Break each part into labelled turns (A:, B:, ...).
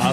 A: I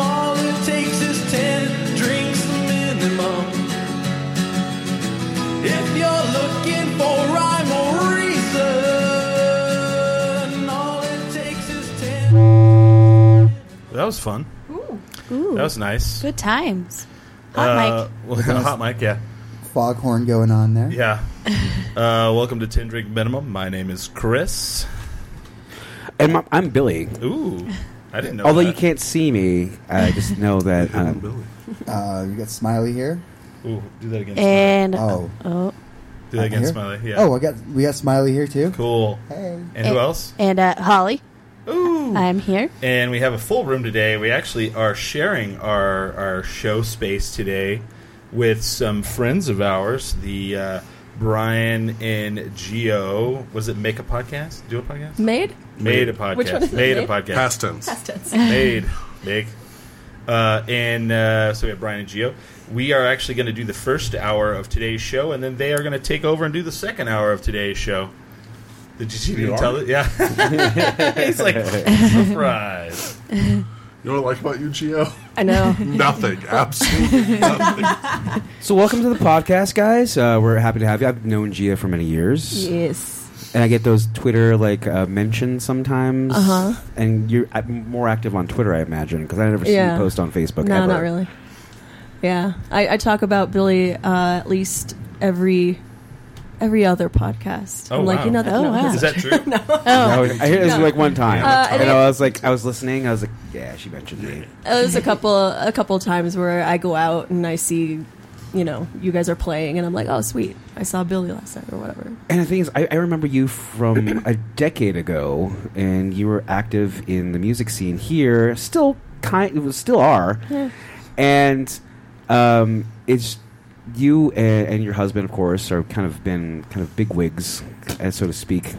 A: all it takes is 10 drinks minimum. If you're looking for rhyme or reason, all it takes is 10.
B: That was fun.
C: Ooh,
B: That was Uh, nice.
C: good times. Hot
B: mic. hot mic, yeah.
D: Foghorn going on there.
B: Yeah. Uh, welcome to 10 Drink Minimum. My name is Chris.
E: And my, I'm Billy.
B: Ooh. I didn't know
E: Although
B: that.
E: you can't see me, I just know that. Um,
B: Billy.
D: Uh, you got Smiley here.
B: Ooh, do that
F: Eh.
B: again.
C: mic. And
D: Oh,
C: oh,
B: Smiley. do that again,
D: here?
B: Smiley. Yeah.
D: Oh, Eh. I got we got Smiley here too.
B: cool.
D: Hey.
B: And who else?
C: and uh, Holly,
B: Ooh.
C: I'm here.
B: and we have a full room today. We actually are sharing our our show space today with some friends of ours. The uh, Brian and Geo. Was it make a podcast? Do a podcast?
F: Made?
B: Made a podcast.
F: Which one is it?
B: made a
F: Made?
B: podcast.
G: Past tense.
F: Past tense.
B: made big. Uh, and uh, so we have Brian and Geo. We are actually going to do the first hour of today's show, and then they are going to take over and do the second hour of today's show. Did you see me tell it? Yeah. He's like, surprise.
G: You know what I like about you, Gio?
F: I know.
G: Nothing. Absolutely nothing.
E: so welcome to the podcast, guys. Uh, we're happy to have you. I've known Gia for many years,
F: yes.
E: and I get those Twitter like uh, mentions sometimes.
F: Uh-huh.
E: And you're uh, more active on Twitter, I imagine, because I never see
F: Yeah.
E: you post on Facebook.
F: No,
E: ever.
F: not really. Yeah, I, I talk about Billy uh, at least every every other podcast.
B: Oh,
F: I'm like,
B: wow.
F: you know that?
C: Oh,
F: no,
C: wow.
F: that's-
B: Is that true?
E: I, was, I hear this like one time,
F: Uh,
E: and
F: and
E: I
F: it-
E: was like, I was listening. I was like, yeah, she mentioned me.
F: uh, there's a couple a couple times where I go out and I see, you know, you guys are playing, and I'm like, oh, sweet, I saw Billy last night or whatever.
E: And the thing is, I, I remember you from a decade ago, and you were active in the music scene here. Still, kind, it was still are, and um, it's you and, and your husband, of course, are kind of been kind of big wigs, uh, so to speak,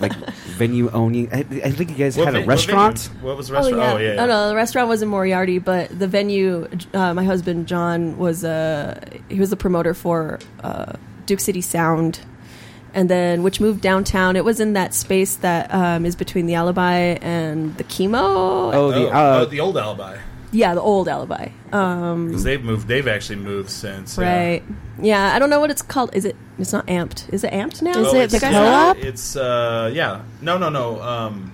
E: like venue owning. I, I think you guys
B: What
E: had
B: ve-
E: a
B: what
E: restaurant.
B: venue? What, was the restaurant? Oh, yeah. yeah.
F: Oh, no, the restaurant was in Moriarty, but the venue, uh, my husband John was a he was the promoter for uh, Duke City Sound, and then which moved downtown. It was in that space that um, is between the Alibi and the Chemo.
E: Oh, the
B: Oh,
E: uh,
B: oh, the old alibi.
F: Yeah, the old Alibi. Um,
B: 'Cause they've moved. They've actually moved since. yeah.
F: Right. Yeah, I don't know what it's called. Is it? It's not amped. Is it amped now?
C: Is
B: Oh,
C: it the
B: it's, uh,
C: co-op?
B: It's uh, yeah. No, no, no. Um,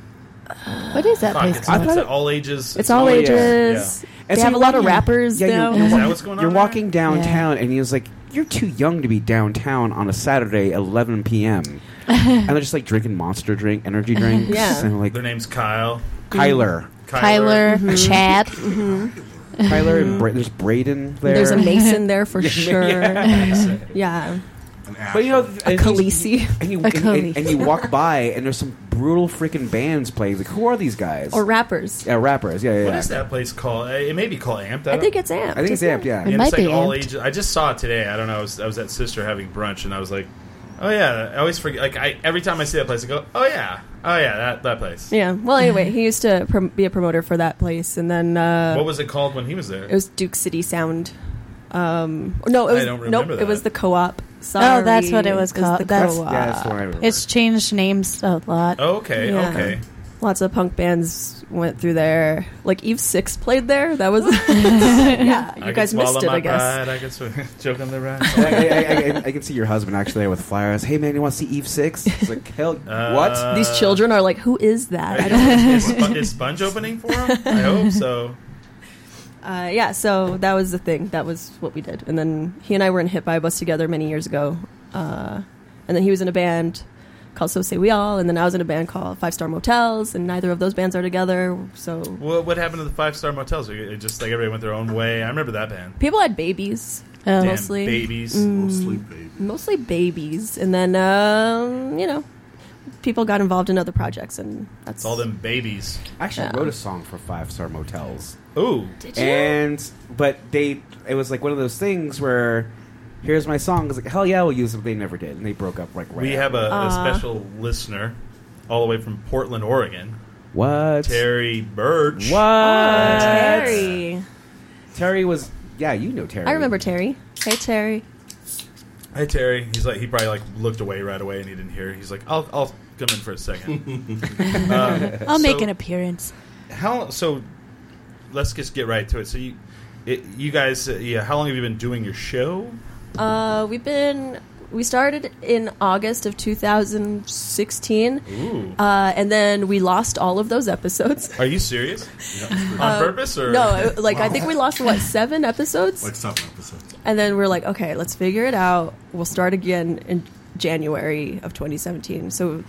C: What is that
B: fuck,
C: place
B: it's,
C: called?
B: it's all ages.
F: It's all
E: Oh, yeah.
F: ages.
E: And
F: They
E: so
F: have a
E: you're
F: lot of
E: walking-
F: rappers
E: yeah,
F: now.
E: You're, you're
B: Is that
E: walking-
B: what's going on
E: you're
B: there?
E: walking downtown, and he was like, "You're too young to be downtown on a Saturday, 11 p.m." and they're just like drinking monster drink, energy drinks.
F: Yeah.
E: and I'm like
B: Their name's Kyle.
F: Mm-hmm.
E: Kyler,
C: Tyler,
E: Mm-hmm.
C: Chad.
E: Kyler, and Bra- there's Braden there.
F: Mm-hmm. There's a Mason there for sure.
B: Kyler.
F: yeah.
G: An ass.
E: but you know,
F: A
E: and he's-
F: Khaleesi.
E: and you,
C: A
E: and, and- and
C: Khaleesi.
E: you walk by, and there's some brutal freaking bands playing. Like, who are these guys?
F: Or rappers.
E: yeah, rappers. Yeah, yeah.
B: What
E: yeah.
B: is that place called? Uh, It may be called Amped.
F: I
B: don't-
F: think it's amped.
E: I think it's
F: isn't
E: Amp.
F: it?
E: Yeah,
C: It
B: And
C: might
B: it's like
C: be
B: all
C: amped.
B: ages. I just saw it today. I don't know. I was, I was at Sister having brunch, and I was like, "Oh yeah." I always forget. Like I, every time I see that place, I go, "Oh yeah, oh yeah, that that place."
F: Yeah. Well, anyway, he used to prom- be a promoter for that place, and then uh,
B: What was it called when he was there?
F: it was Duke City Sound. Um, no, it
B: I
F: was
B: don't remember
F: nope. It was
B: that.
F: the co-op. Sorry,
C: Oh, that's what it was
F: the
C: called.
E: That's,
C: That's-
F: co-op.
E: yeah, that's the one I remember.
C: It's changed names a lot.
B: oh, okay,
F: Yeah.
B: okay.
F: Lots of punk bands went through there. Like Eve Six played there. That was yeah. You
B: I can
F: guys missed
B: swallow
F: it,
B: my
F: I guess.
B: Pride, I can sw- joke on the ride.
E: I, I, I, I can see your husband actually there with flyers. Hey man, you want to see Eve Six? It's like hell.
B: Uh,
E: what?
F: These children are like, who is that? I don't.
B: is, Spo- is Sponge opening for him? I hope so.
F: Uh, yeah, so that was the thing. That was what we did. And then he and I were in Hit by a Bus together many years ago. Uh, and then he was in a band called So Say We All. And then I was in a band called Five Star Motels. And neither of those bands are together. So
B: What, what happened to the five star motels? It just like everybody went their own way. I remember that band.
F: people had babies.
C: Oh.
B: Damn
F: Mostly. Mm.
B: babies.
G: Mostly baby.
F: Mostly babies. And then, um, you know, people got involved in other projects, and that's
B: It's all them babies.
E: I actually
F: Yeah.
E: wrote a song for five star motels.
B: Ooh.
E: And but they it was like one of those things where here's my song. It's like hell yeah, we'll use it. They never did, and they broke up like right.
B: We have a, a
C: Aw.
B: special listener all the way from Portland, Oregon.
E: what
B: Terry Birch.
E: what
F: Oh, Terry.
E: Terry was yeah you know Terry
F: I remember Terry. Hey Terry.
B: Hey Terry. He's like he probably like looked away right away and he didn't hear. He's like, I'll I'll come in for a second. um,
C: I'll make
B: so
C: an appearance.
B: How so? Let's just get right to it. So you, it, you guys, uh, yeah. How long have you been doing your show?
F: Uh, we've been we started in August of 2016,
B: Ooh.
F: uh, and then we lost all of those episodes. Um,
B: Are you serious?
F: Oh.
B: On purpose or
F: Uh, No, it- like I think we lost what seven episodes,
G: Like seven episodes.
F: and then we're like, okay, let's figure it out. We'll start again in January of 2017. So.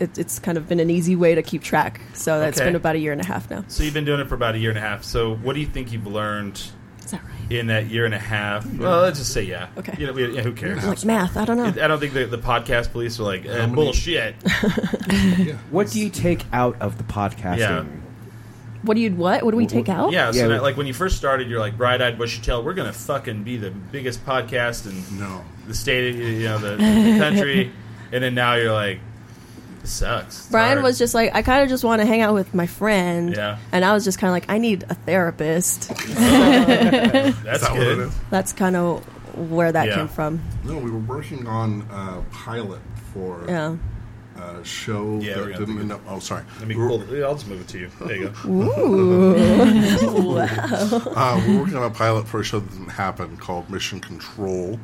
F: It, it's kind of been an easy way to keep track, so that's
B: Okay.
F: been about a year and a half now.
B: So you've been doing it for about a year and a half. So what do you think you've learned
F: Is that right?
B: in that year and a half? Well, let's just say yeah.
F: Okay.
B: You know, we- yeah, who cares?
F: Like math, I don't know.
B: I don't think the, the podcast police are like eh,
G: many-
B: bullshit.
G: Yeah.
E: What do you take out of the podcasting?
B: Yeah.
F: What do you what? What do we take out?
B: Yeah, so
E: Yeah.
B: that, like when you first started, you're like bright eyed bushy tail. We're gonna fucking be the biggest podcast in
G: No.
B: the state, you know, the, the country. And then now you're like, this sucks. It's
F: Brian
B: hard.
F: was just like, I kind of just want to hang out with my friend.
B: Yeah.
F: And I was just kind of like, I need a therapist.
B: that's
G: Is that
B: good.
G: what it is?
F: That's kind of where that
B: Yeah.
F: came from.
G: No, we were working on a pilot for
F: Yeah.
G: a show
B: Yeah, we're
G: that
B: gonna
G: didn't
B: do
G: end up. Oh, sorry.
B: Let me
G: We were-
B: pull it. I'll just move it to you. There you go.
G: uh, we were working on a pilot for a show that didn't happen called Mission Control.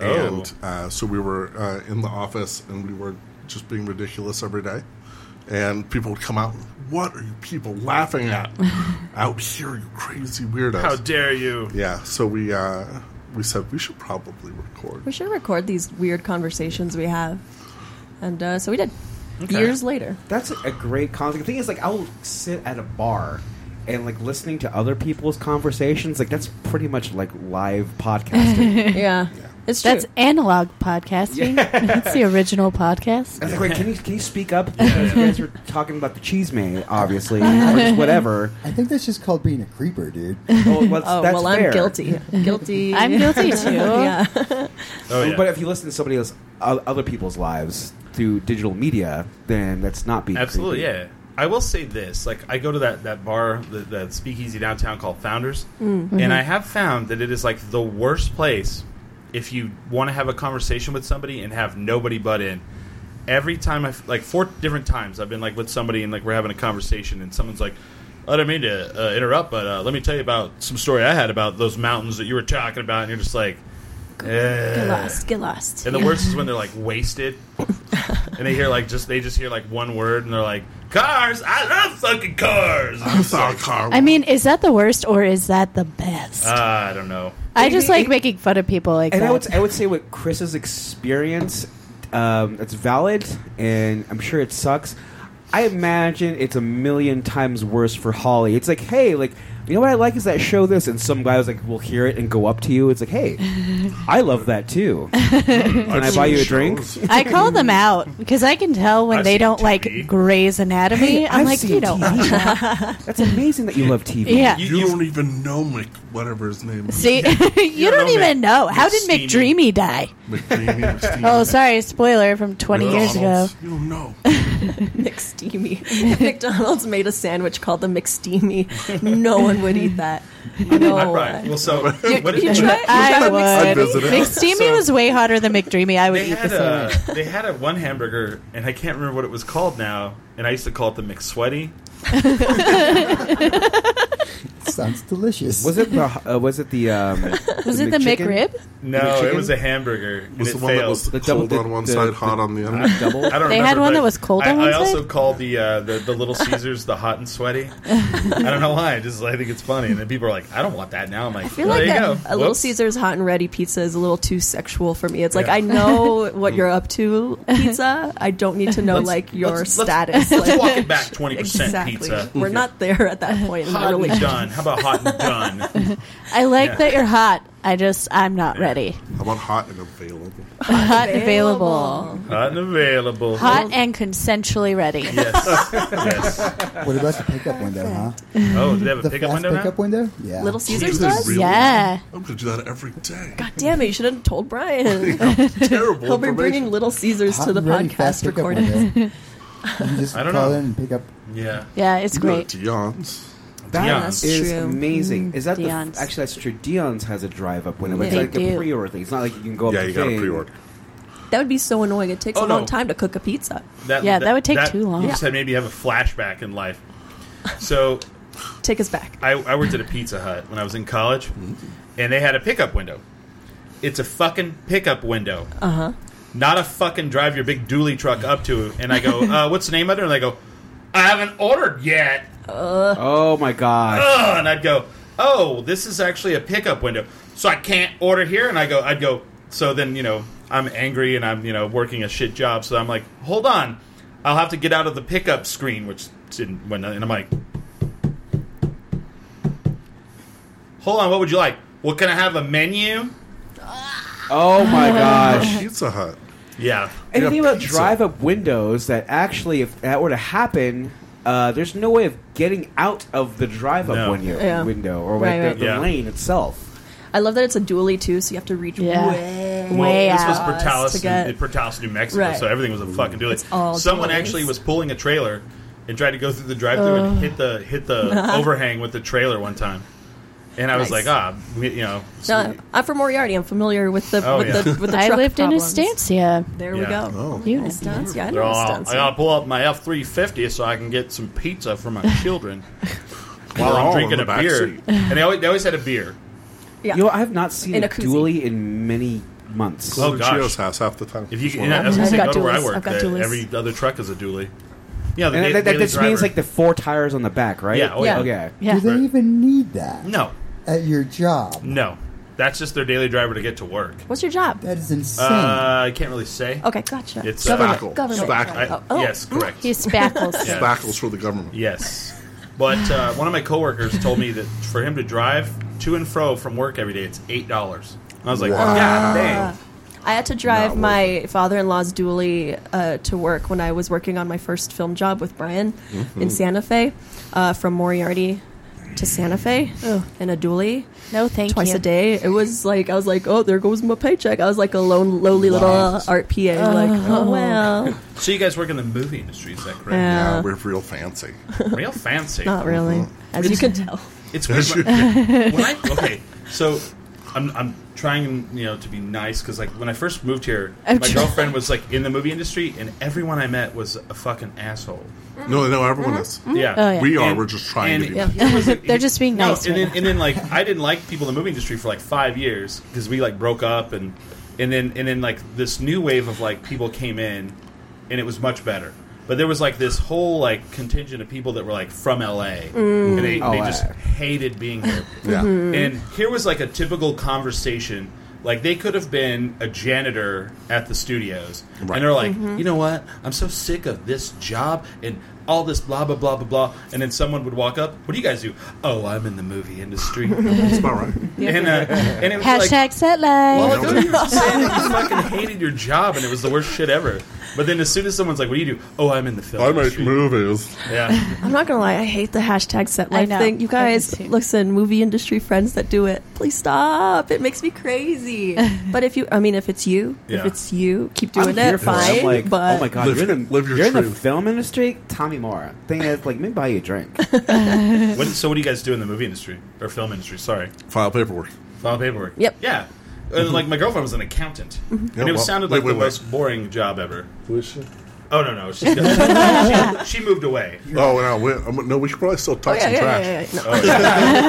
E: Oh.
G: And uh, so we were uh, in the office and we were just being ridiculous every day. And people would come out, What are you people laughing at out here, you crazy weirdos?
B: How dare you?
G: yeah, so we, uh, we said we should probably
F: We
G: record.
F: should record these weird conversations we have. And uh, so we did. Years later.
E: That's a great concept. The thing is, like, I'll sit at a bar and like listening to other people's conversations. Like, that's pretty much like live podcasting.
F: Yeah. It's true.
C: That's analog podcasting. That's the original podcast.
E: I was like, wait, can you can you speak up? Because You guys were talking about the cheese man, obviously, or just whatever.
D: I think that's just called being a creeper, dude.
E: Oh, well,
F: oh,
E: that's
F: well,
E: fair.
F: I'm guilty. guilty.
C: I'm guilty too.
F: yeah.
B: Oh yeah.
E: But if you listen to somebody else, o- other people's lives through digital media, then that's not being
B: Absolutely,
E: creepy.
B: yeah. I will say this: like, I go to that that bar, the, that speakeasy downtown called Founders, and I have found that it is like the worst place if you want to have a conversation with somebody and have nobody but in. Every time I like four different times I've been like with somebody and like we're having a conversation and someone's like, "I don't mean to uh, interrupt, but uh, let me tell you about some story I had about those mountains that you were talking about," and you're just like,
F: Get
B: "Ugh."
F: lost. Get lost.
B: And the worst is when they're like wasted, and they hear like just they just hear like one word, and they're like, "Cars, I love fucking cars."
G: I saw a car.
C: I mean, is that the worst or is that the best?
B: Uh, I don't know.
C: I just like making fun of people like
E: And
C: that.
E: I would, I would say with Chris's experience, um, it's valid, and I'm sure it sucks. I imagine it's a million times worse for Holly. It's like, hey, like you know what I like is that show this, and some guy was like, will hear it and go up to you. It's like, hey, I love that too. Can I buy you a drink? Uh,
C: I call them out because I can tell when
B: I've
C: they
B: seen
C: don't
B: TV.
C: like Grey's Anatomy. I'm
E: I've
C: like,
E: seen
C: you know,
E: TV. That's amazing that you love TV.
C: yeah.
G: You, don't even know Mc, whatever his name is.
C: See, you
B: don't
C: don't
B: know
C: even
B: Mc-
C: know. How did
B: McSteamy.
C: McDreamy die?
G: McDreamy, McSteamy,
C: Oh, sorry, spoiler from 20 years ago.
G: McDonald's. You don't know.
F: McSteamy. McDonald's made a sandwich called the McSteamy. No one would eat that. No
B: All
F: one.
B: right. Well, so what
F: you
B: what-
F: try it? You
C: I
F: try
C: would.
G: visit it.
C: McSteamy was way hotter than McDreamy. I would
B: they
C: eat the
B: had
C: sandwich.
B: a they had a one hamburger, and I can't remember what it was called now, and I used to call it the McSweaty.
D: Sounds delicious.
E: Was it the? Uh, was it the? Um,
C: was it the
E: McChicken?
C: McRib?
B: No, it
E: McChicken?
B: was a hamburger, and
G: Was
B: it
G: the one that
B: failed.
G: was
E: The
G: the
E: double-
G: cold
E: the-
G: on one
E: the-
G: side, hot on the other?
E: Double.
B: I don't
C: They
B: remember,
C: had one
B: but
C: that was cold
B: I,
C: on
B: I
C: one
B: also
C: side?
B: called the, uh, the the Little Caesars the hot and sweaty. I don't know why. Just I think it's funny, and then people are like, "I don't want that now." I'm like,
F: I feel
B: "Well,
F: like
B: there you
F: a,
B: go."
F: a Little
B: Whoops.
F: Caesars hot and ready pizza is a little too sexual for me. It's like
B: Yeah.
F: I know what you're up to, pizza. I don't need to know
B: Let's-
F: like your
B: let's- let's-
F: status.
B: Let's
F: like,
B: walk it back twenty percent
F: exactly.
B: pizza. Mm-hmm.
F: We're not there at that point in
B: Hot
F: the
B: and
F: relationship.
B: done. How about hot and done?
C: I like that you're hot. I just I'm not ready.
G: How about hot and available?
C: Hot and available.
B: hot and available.
C: Hot and consensually ready.
B: Yes. yes.
D: What about the pickup window, huh?
B: Oh, do they have a
D: The
B: pickup
D: fast
B: window now?
D: pickup window? Yeah.
F: Little Caesars
G: Is this
F: does?
G: real?
C: Yeah.
G: I'm going to do that every day.
F: God damn it, you should have told Brian.
G: Terrible
F: He'll be
G: information.
F: bringing Little Caesars
D: Hot
F: to the
D: and ready, fast
F: podcast
D: pickup
F: recording.
D: window. You just
B: I
D: call
B: don't know.
D: in and pick up.
B: Yeah.
C: Yeah, it's
G: Go to
C: great.
G: Dion's.
E: That
B: Yeah.
E: is
B: That's
F: true. Mm.
E: amazing. Is that the f-
C: Dion's.
E: actually that's true? Dion's has a drive up window. but It's
C: They
E: like a
C: do.
E: pre-order thing. It's not like you can go.
G: Yeah,
E: up the
G: you got to
E: thing.
G: pre-order.
F: That would be so annoying. It takes
B: Oh,
F: a long
B: no.
F: time to cook a pizza.
C: Yeah, that would take too long.
B: You just had maybe have a flashback in life. So
F: Take us back.
B: I, I worked at a Pizza Hut when I was in college, and they had a pickup window. It's a fucking pickup window. Uh huh.
C: Uh-huh.
B: Not a fucking drive your big dually truck up to. And I go, uh, what's the name of it? And they go, I haven't ordered yet.
E: Oh my god!
B: Ugh, and I'd go, oh, this is actually a pickup window, so I can't order here. And I go, I'd go, so then you know I'm angry and I'm you know working a shit job, so I'm like, hold on, I'll have to get out of the pickup screen, which didn't when and I'm like, hold on, what would you like? Well, can I have a menu?
E: Oh my gosh!
G: Pizza Hut.
B: Yeah,
E: And the
G: Yeah,
E: thing about
G: pizza.
E: drive up windows that actually, if that were to happen, uh, there's no way of getting out of the drive up
B: No.
E: window,
F: Yeah.
E: window or
F: Right,
E: like the,
F: right.
E: the
B: Yeah.
E: lane itself.
F: I love that it's a dually too, so you have to reach
C: Yeah.
F: way.
B: Well,
C: Way
B: this was
C: out
B: Portales,
F: to get-
B: in, Portales, New Mexico,
F: Right.
B: so everything was a fucking dually.
F: all
B: Someone
F: dualies.
B: actually was pulling a trailer and tried to go through the drive-through and hit the hit the overhang with the trailer one time. And I was
F: Nice.
B: like, ah, we- you know,
F: No, I'm from Moriarty. I'm familiar with the
B: Oh,
F: with
B: yeah.
F: the with the
C: I
F: truck
C: lived in
F: problems.
C: Estancia.
F: There we
B: Yeah.
F: go.
G: Oh.
C: You know.
F: Estancia. Yeah, I
B: they're
F: know
B: all,
F: Estancia.
B: I gotta pull out my F three fifty so I can get some pizza for my children while
G: We're all
B: I'm
G: in
B: drinking
G: the
B: a
G: back
B: beer.
G: seat.
B: And they always, they always had a beer.
F: Yeah.
E: You know, I have not seen
F: In
E: a,
F: a koozie.
E: dually in many months.
B: Oh,
G: Go to
B: gosh.
G: Chio's house half the time.
B: If you,
G: Just
B: you
G: one
B: know, I was gonna
C: I've
B: say,
C: got
B: go to where I
C: dualies.
B: work.
C: I've got
B: the-
C: dualies.
B: every other truck is a dually. Yeah, the
E: and
B: da-
E: that, that,
B: daily
E: this means
B: driver.
E: like the four tires on the back, right?
B: Yeah, oh, yeah.
E: Okay.
C: Yeah.
D: Do they even need that
B: no,
D: at your job?
B: no, that's just their daily driver to get to work.
F: What's your job?
D: That is insane.
B: Uh, I can't really say.
F: Okay, gotcha.
B: It's
G: Government.
B: Uh,
F: Government.
G: Spackle.
B: I-
F: Oh, oh.
B: Yes, correct.
C: He spackles.
B: Yeah.
G: Spackles for the government.
B: Yes, but uh, one of my coworkers told me that for him to drive to and fro from work every day, it's eight dollars. I was like,
G: Wow.
B: God dang.
F: I had to drive
G: Not
F: my father-in-law's dually uh, to work when I was working on my first film job with Brian
B: Mm-hmm.
F: in Santa Fe, uh, from Moriarty to Santa Fe
C: Oh.
F: in a dually
C: No, thank
F: twice
C: you.
F: a day. It was like I was like, oh, there goes my paycheck. I was like a lone, lowly little
D: Wow.
F: art PA. Like, oh well,
B: So you guys work in the movie industry, is that correct?
F: Yeah.
G: Yeah, we're real fancy.
B: Real fancy.
F: not really,
B: Mm-hmm.
F: as you can tell.
B: It's weird. when when I okay, so I'm I'm trying you know to be nice because like when I first moved here,
C: I'm
B: my
C: try-
B: girlfriend was like in the movie industry, and everyone I met was a fucking asshole.
G: No, no, everyone is.
F: Mm-hmm.
B: Yeah.
C: Oh, yeah.
G: We are.
B: And-
G: we're just trying
B: and
G: to be.
B: he
G: nice.
B: was-
C: They're just being nice
B: And
C: right
B: then, and then, like, I didn't like people in the movie industry for like five years because we like broke up, and and then and then like this new wave of like people came in, and it was much better. But there was like this whole like contingent of people that were like from LA, and they, they
E: Oh,
B: just
E: I-
B: hated being here.
G: Yeah.
F: Mm-hmm.
B: And here was like a typical conversation. Like they could have been a janitor at the studios,
G: Right.
B: and they're like, you know what? I'm so sick of this job and all this blah blah blah blah blah. And then someone would walk up, "What do you guys do?" Oh, I'm in the movie industry. and
G: That's about right.
B: uh, and it was
C: Hashtag
B: like,
C: set life.
B: well, ago you were saying that you fucking hated your job and it was the worst shit ever. But then as soon as someone's like, "What do you do?" Oh, I'm in the film.
G: I make
B: industry."
G: movies.
B: Yeah,
F: I'm not gonna lie, I hate the hashtag set
C: I
F: life
C: know.
F: thing. You
C: I do
F: guys,
C: too.
F: listen, movie industry friends that do it, please stop. It makes me crazy. but if you, I mean, if it's you,
B: Yeah.
F: if it's you, keep
E: I'm
F: doing
E: here
F: it.
E: for it.
F: Fine,
E: I'm like,
F: but
E: oh my god,
G: Live-
E: you're in the,
G: live your
E: you're in the
G: truth.
E: film industry. Tommy Moore thing is like, maybe buy you a drink.
B: what, so what do you guys do in the movie industry or film industry? Sorry.
G: File paperwork. Mm-hmm.
B: File paperwork.
F: Yep.
B: Yeah. And like my girlfriend was an accountant, and
G: Yeah,
B: it
G: well,
B: sounded
G: wait,
B: like
G: wait,
B: the
G: wait.
B: most boring job ever.
G: Oh,
B: Oh no no, she, she, she moved away.
G: no, we, um, no, we should probably still
F: Oh,
G: talk
F: yeah,
G: some
F: yeah,
G: trash.
F: yeah, yeah, yeah. No.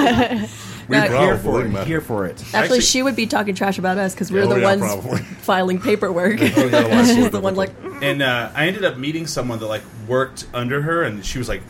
G: We
F: Not
G: probably
E: here for it.
G: might-
E: Here for it.
F: Actually,
B: Actually-
F: she would be talking trash about us because we're
G: Oh,
F: the
G: yeah,
F: ones
G: probably.
F: filing paperwork. She's the one like,
B: And uh, I ended up meeting someone that like worked under her, and she was like,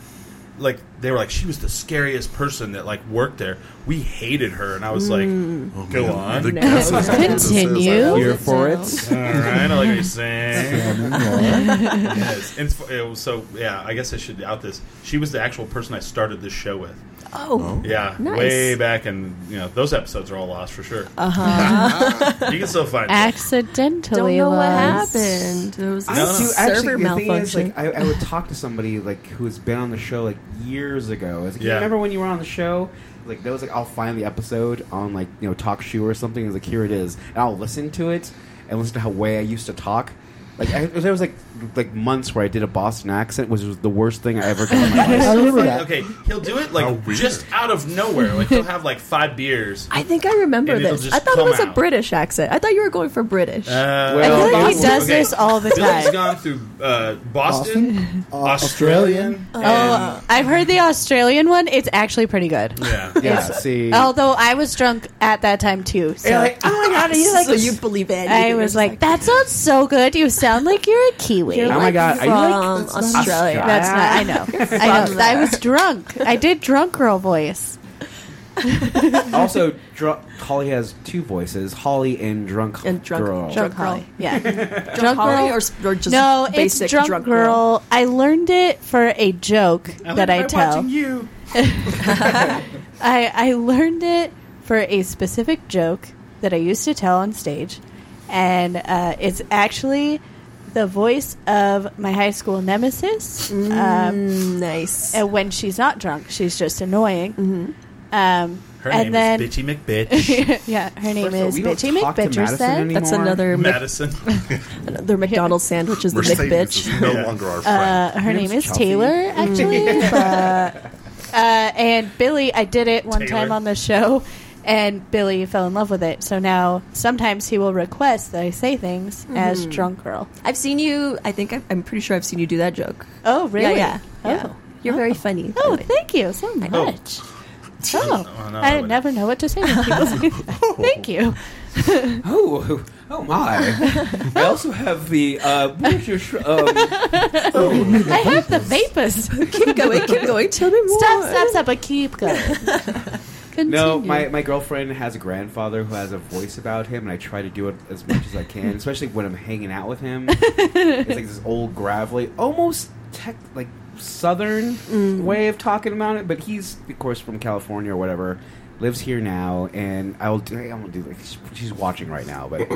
B: like they were like she was the scariest person that like worked there. We hated her, and I was like, go on.
G: Oh, The
F: No.
G: guess is-
C: Continue.
E: Here for it.
B: All right, I like what you're saying.
D: Yeah, no more.
B: yes. And it's- it was- so yeah, I guess I should out this. She was the actual person I started this show with.
F: Oh,
B: Yeah,
F: Nice.
B: way back, and you know those episodes are all lost for sure. Uh
C: Uh-huh.
B: huh. you can still find them.
C: Accidentally
F: don't know what
C: lost.
F: happened. There was
E: I
B: No, no.
E: do
F: a
E: actually.
F: server
E: The thing is,
F: malfunction.
E: like, I, I would talk to somebody like who has been on the show like years ago. I was like,
B: Yeah.
E: you remember when you were on the show? Like, that was like, I'll find the episode on like you know Talk Shoe or something. It's like, here it is, and I'll listen to it and listen to how way I used to talk. Like, I, there was like like months where I did a Boston accent, which was the worst thing I ever did. in my life.
D: I remember that.
B: Okay, he'll do it
G: How
B: like
G: weird.
B: just out of nowhere. Like he'll have like five beers.
F: I think I remember
B: And it'll
F: this.
B: just
F: I thought it
B: come
F: was a
B: out.
F: British accent. I thought you were going for British.
B: Uh,
E: Well,
C: I feel like he
E: Boston-
C: does this all the
B: Billy's
C: time.
B: gone through uh, Boston,
D: Uh,
B: Australian.
C: Oh, I've heard the Australian one. It's actually pretty good.
B: and- yeah.
E: yeah, see,
C: Although I was drunk at that time too, so
F: oh my god, are you
C: like-
F: so you believe it?
C: I was like, "That sounds so good. You sound like you're a Kiwi."
E: oh my god, are
F: from
E: you like
F: Australia.
E: Australia?
C: That's not.
F: "Ah."
C: I know. I know. I was drunk. I did drunk girl voice.
E: also, Dr- Holly has two voices: Holly and Drunk
F: And Drunk-
E: Girl.
F: Drunk- girl.
C: Holly. Yeah.
F: drunk
C: girl?
F: girl or, s- or just
C: no, it's
F: basic
C: drunk, girl. I learned it for a joke that I tell.
B: you.
C: I, I learned it for a specific joke that I used to tell on stage, and uh, it's actually the voice of my high school nemesis.
E: Mm.
C: Um,
F: Nice.
C: and when she's not drunk, she's just annoying.
E: Mm-hmm.
C: Um,
B: Her
C: and
B: name
C: then,
B: is Bitchy McBitch
C: yeah, her name
E: First of all,
C: is
E: we don't
C: Bitchy
E: talk to
C: McBitcherson.
E: Madison anymore.
F: That's another Mc,
B: Madison.
F: their McDonald's sandwich is the
G: Mercedes
F: McBitch.
G: is no
B: Yeah.
G: longer our
C: Uh,
G: friend.
C: her
E: name's
C: name is
E: Chelsea.
C: Taylor, actually. but, uh, and Billy, I did it one
B: Taylor.
C: time on the show, and Billy fell in love with it. So now sometimes he will request that I say things as drunk girl.
F: I've seen you. I think I've, I'm pretty sure I've seen you do that joke.
C: Oh, really?
F: Yeah, yeah.
C: Oh.
F: yeah. You're very funny.
C: Oh, thank you so much. Oh,
B: Oh, no, I
C: I
B: wouldn't.
C: never know what to say. When people say that. thank you.
E: Oh, oh my! I also have the. Uh, what is your sh- um,
C: I have the vapors.
F: keep going. Keep going. Tell me more.
C: Stop, stop, stop, but keep going. Continue.
E: no, my, my girlfriend has a grandfather who has a voice about him, and I try to do it as much as I can, especially when I'm hanging out with him. it's like this old gravelly, almost tech like southern
F: Mm.
E: way of talking about it. But he's of course from California or whatever, lives here now, and I'll do. I won't do like she's- she's watching right now, but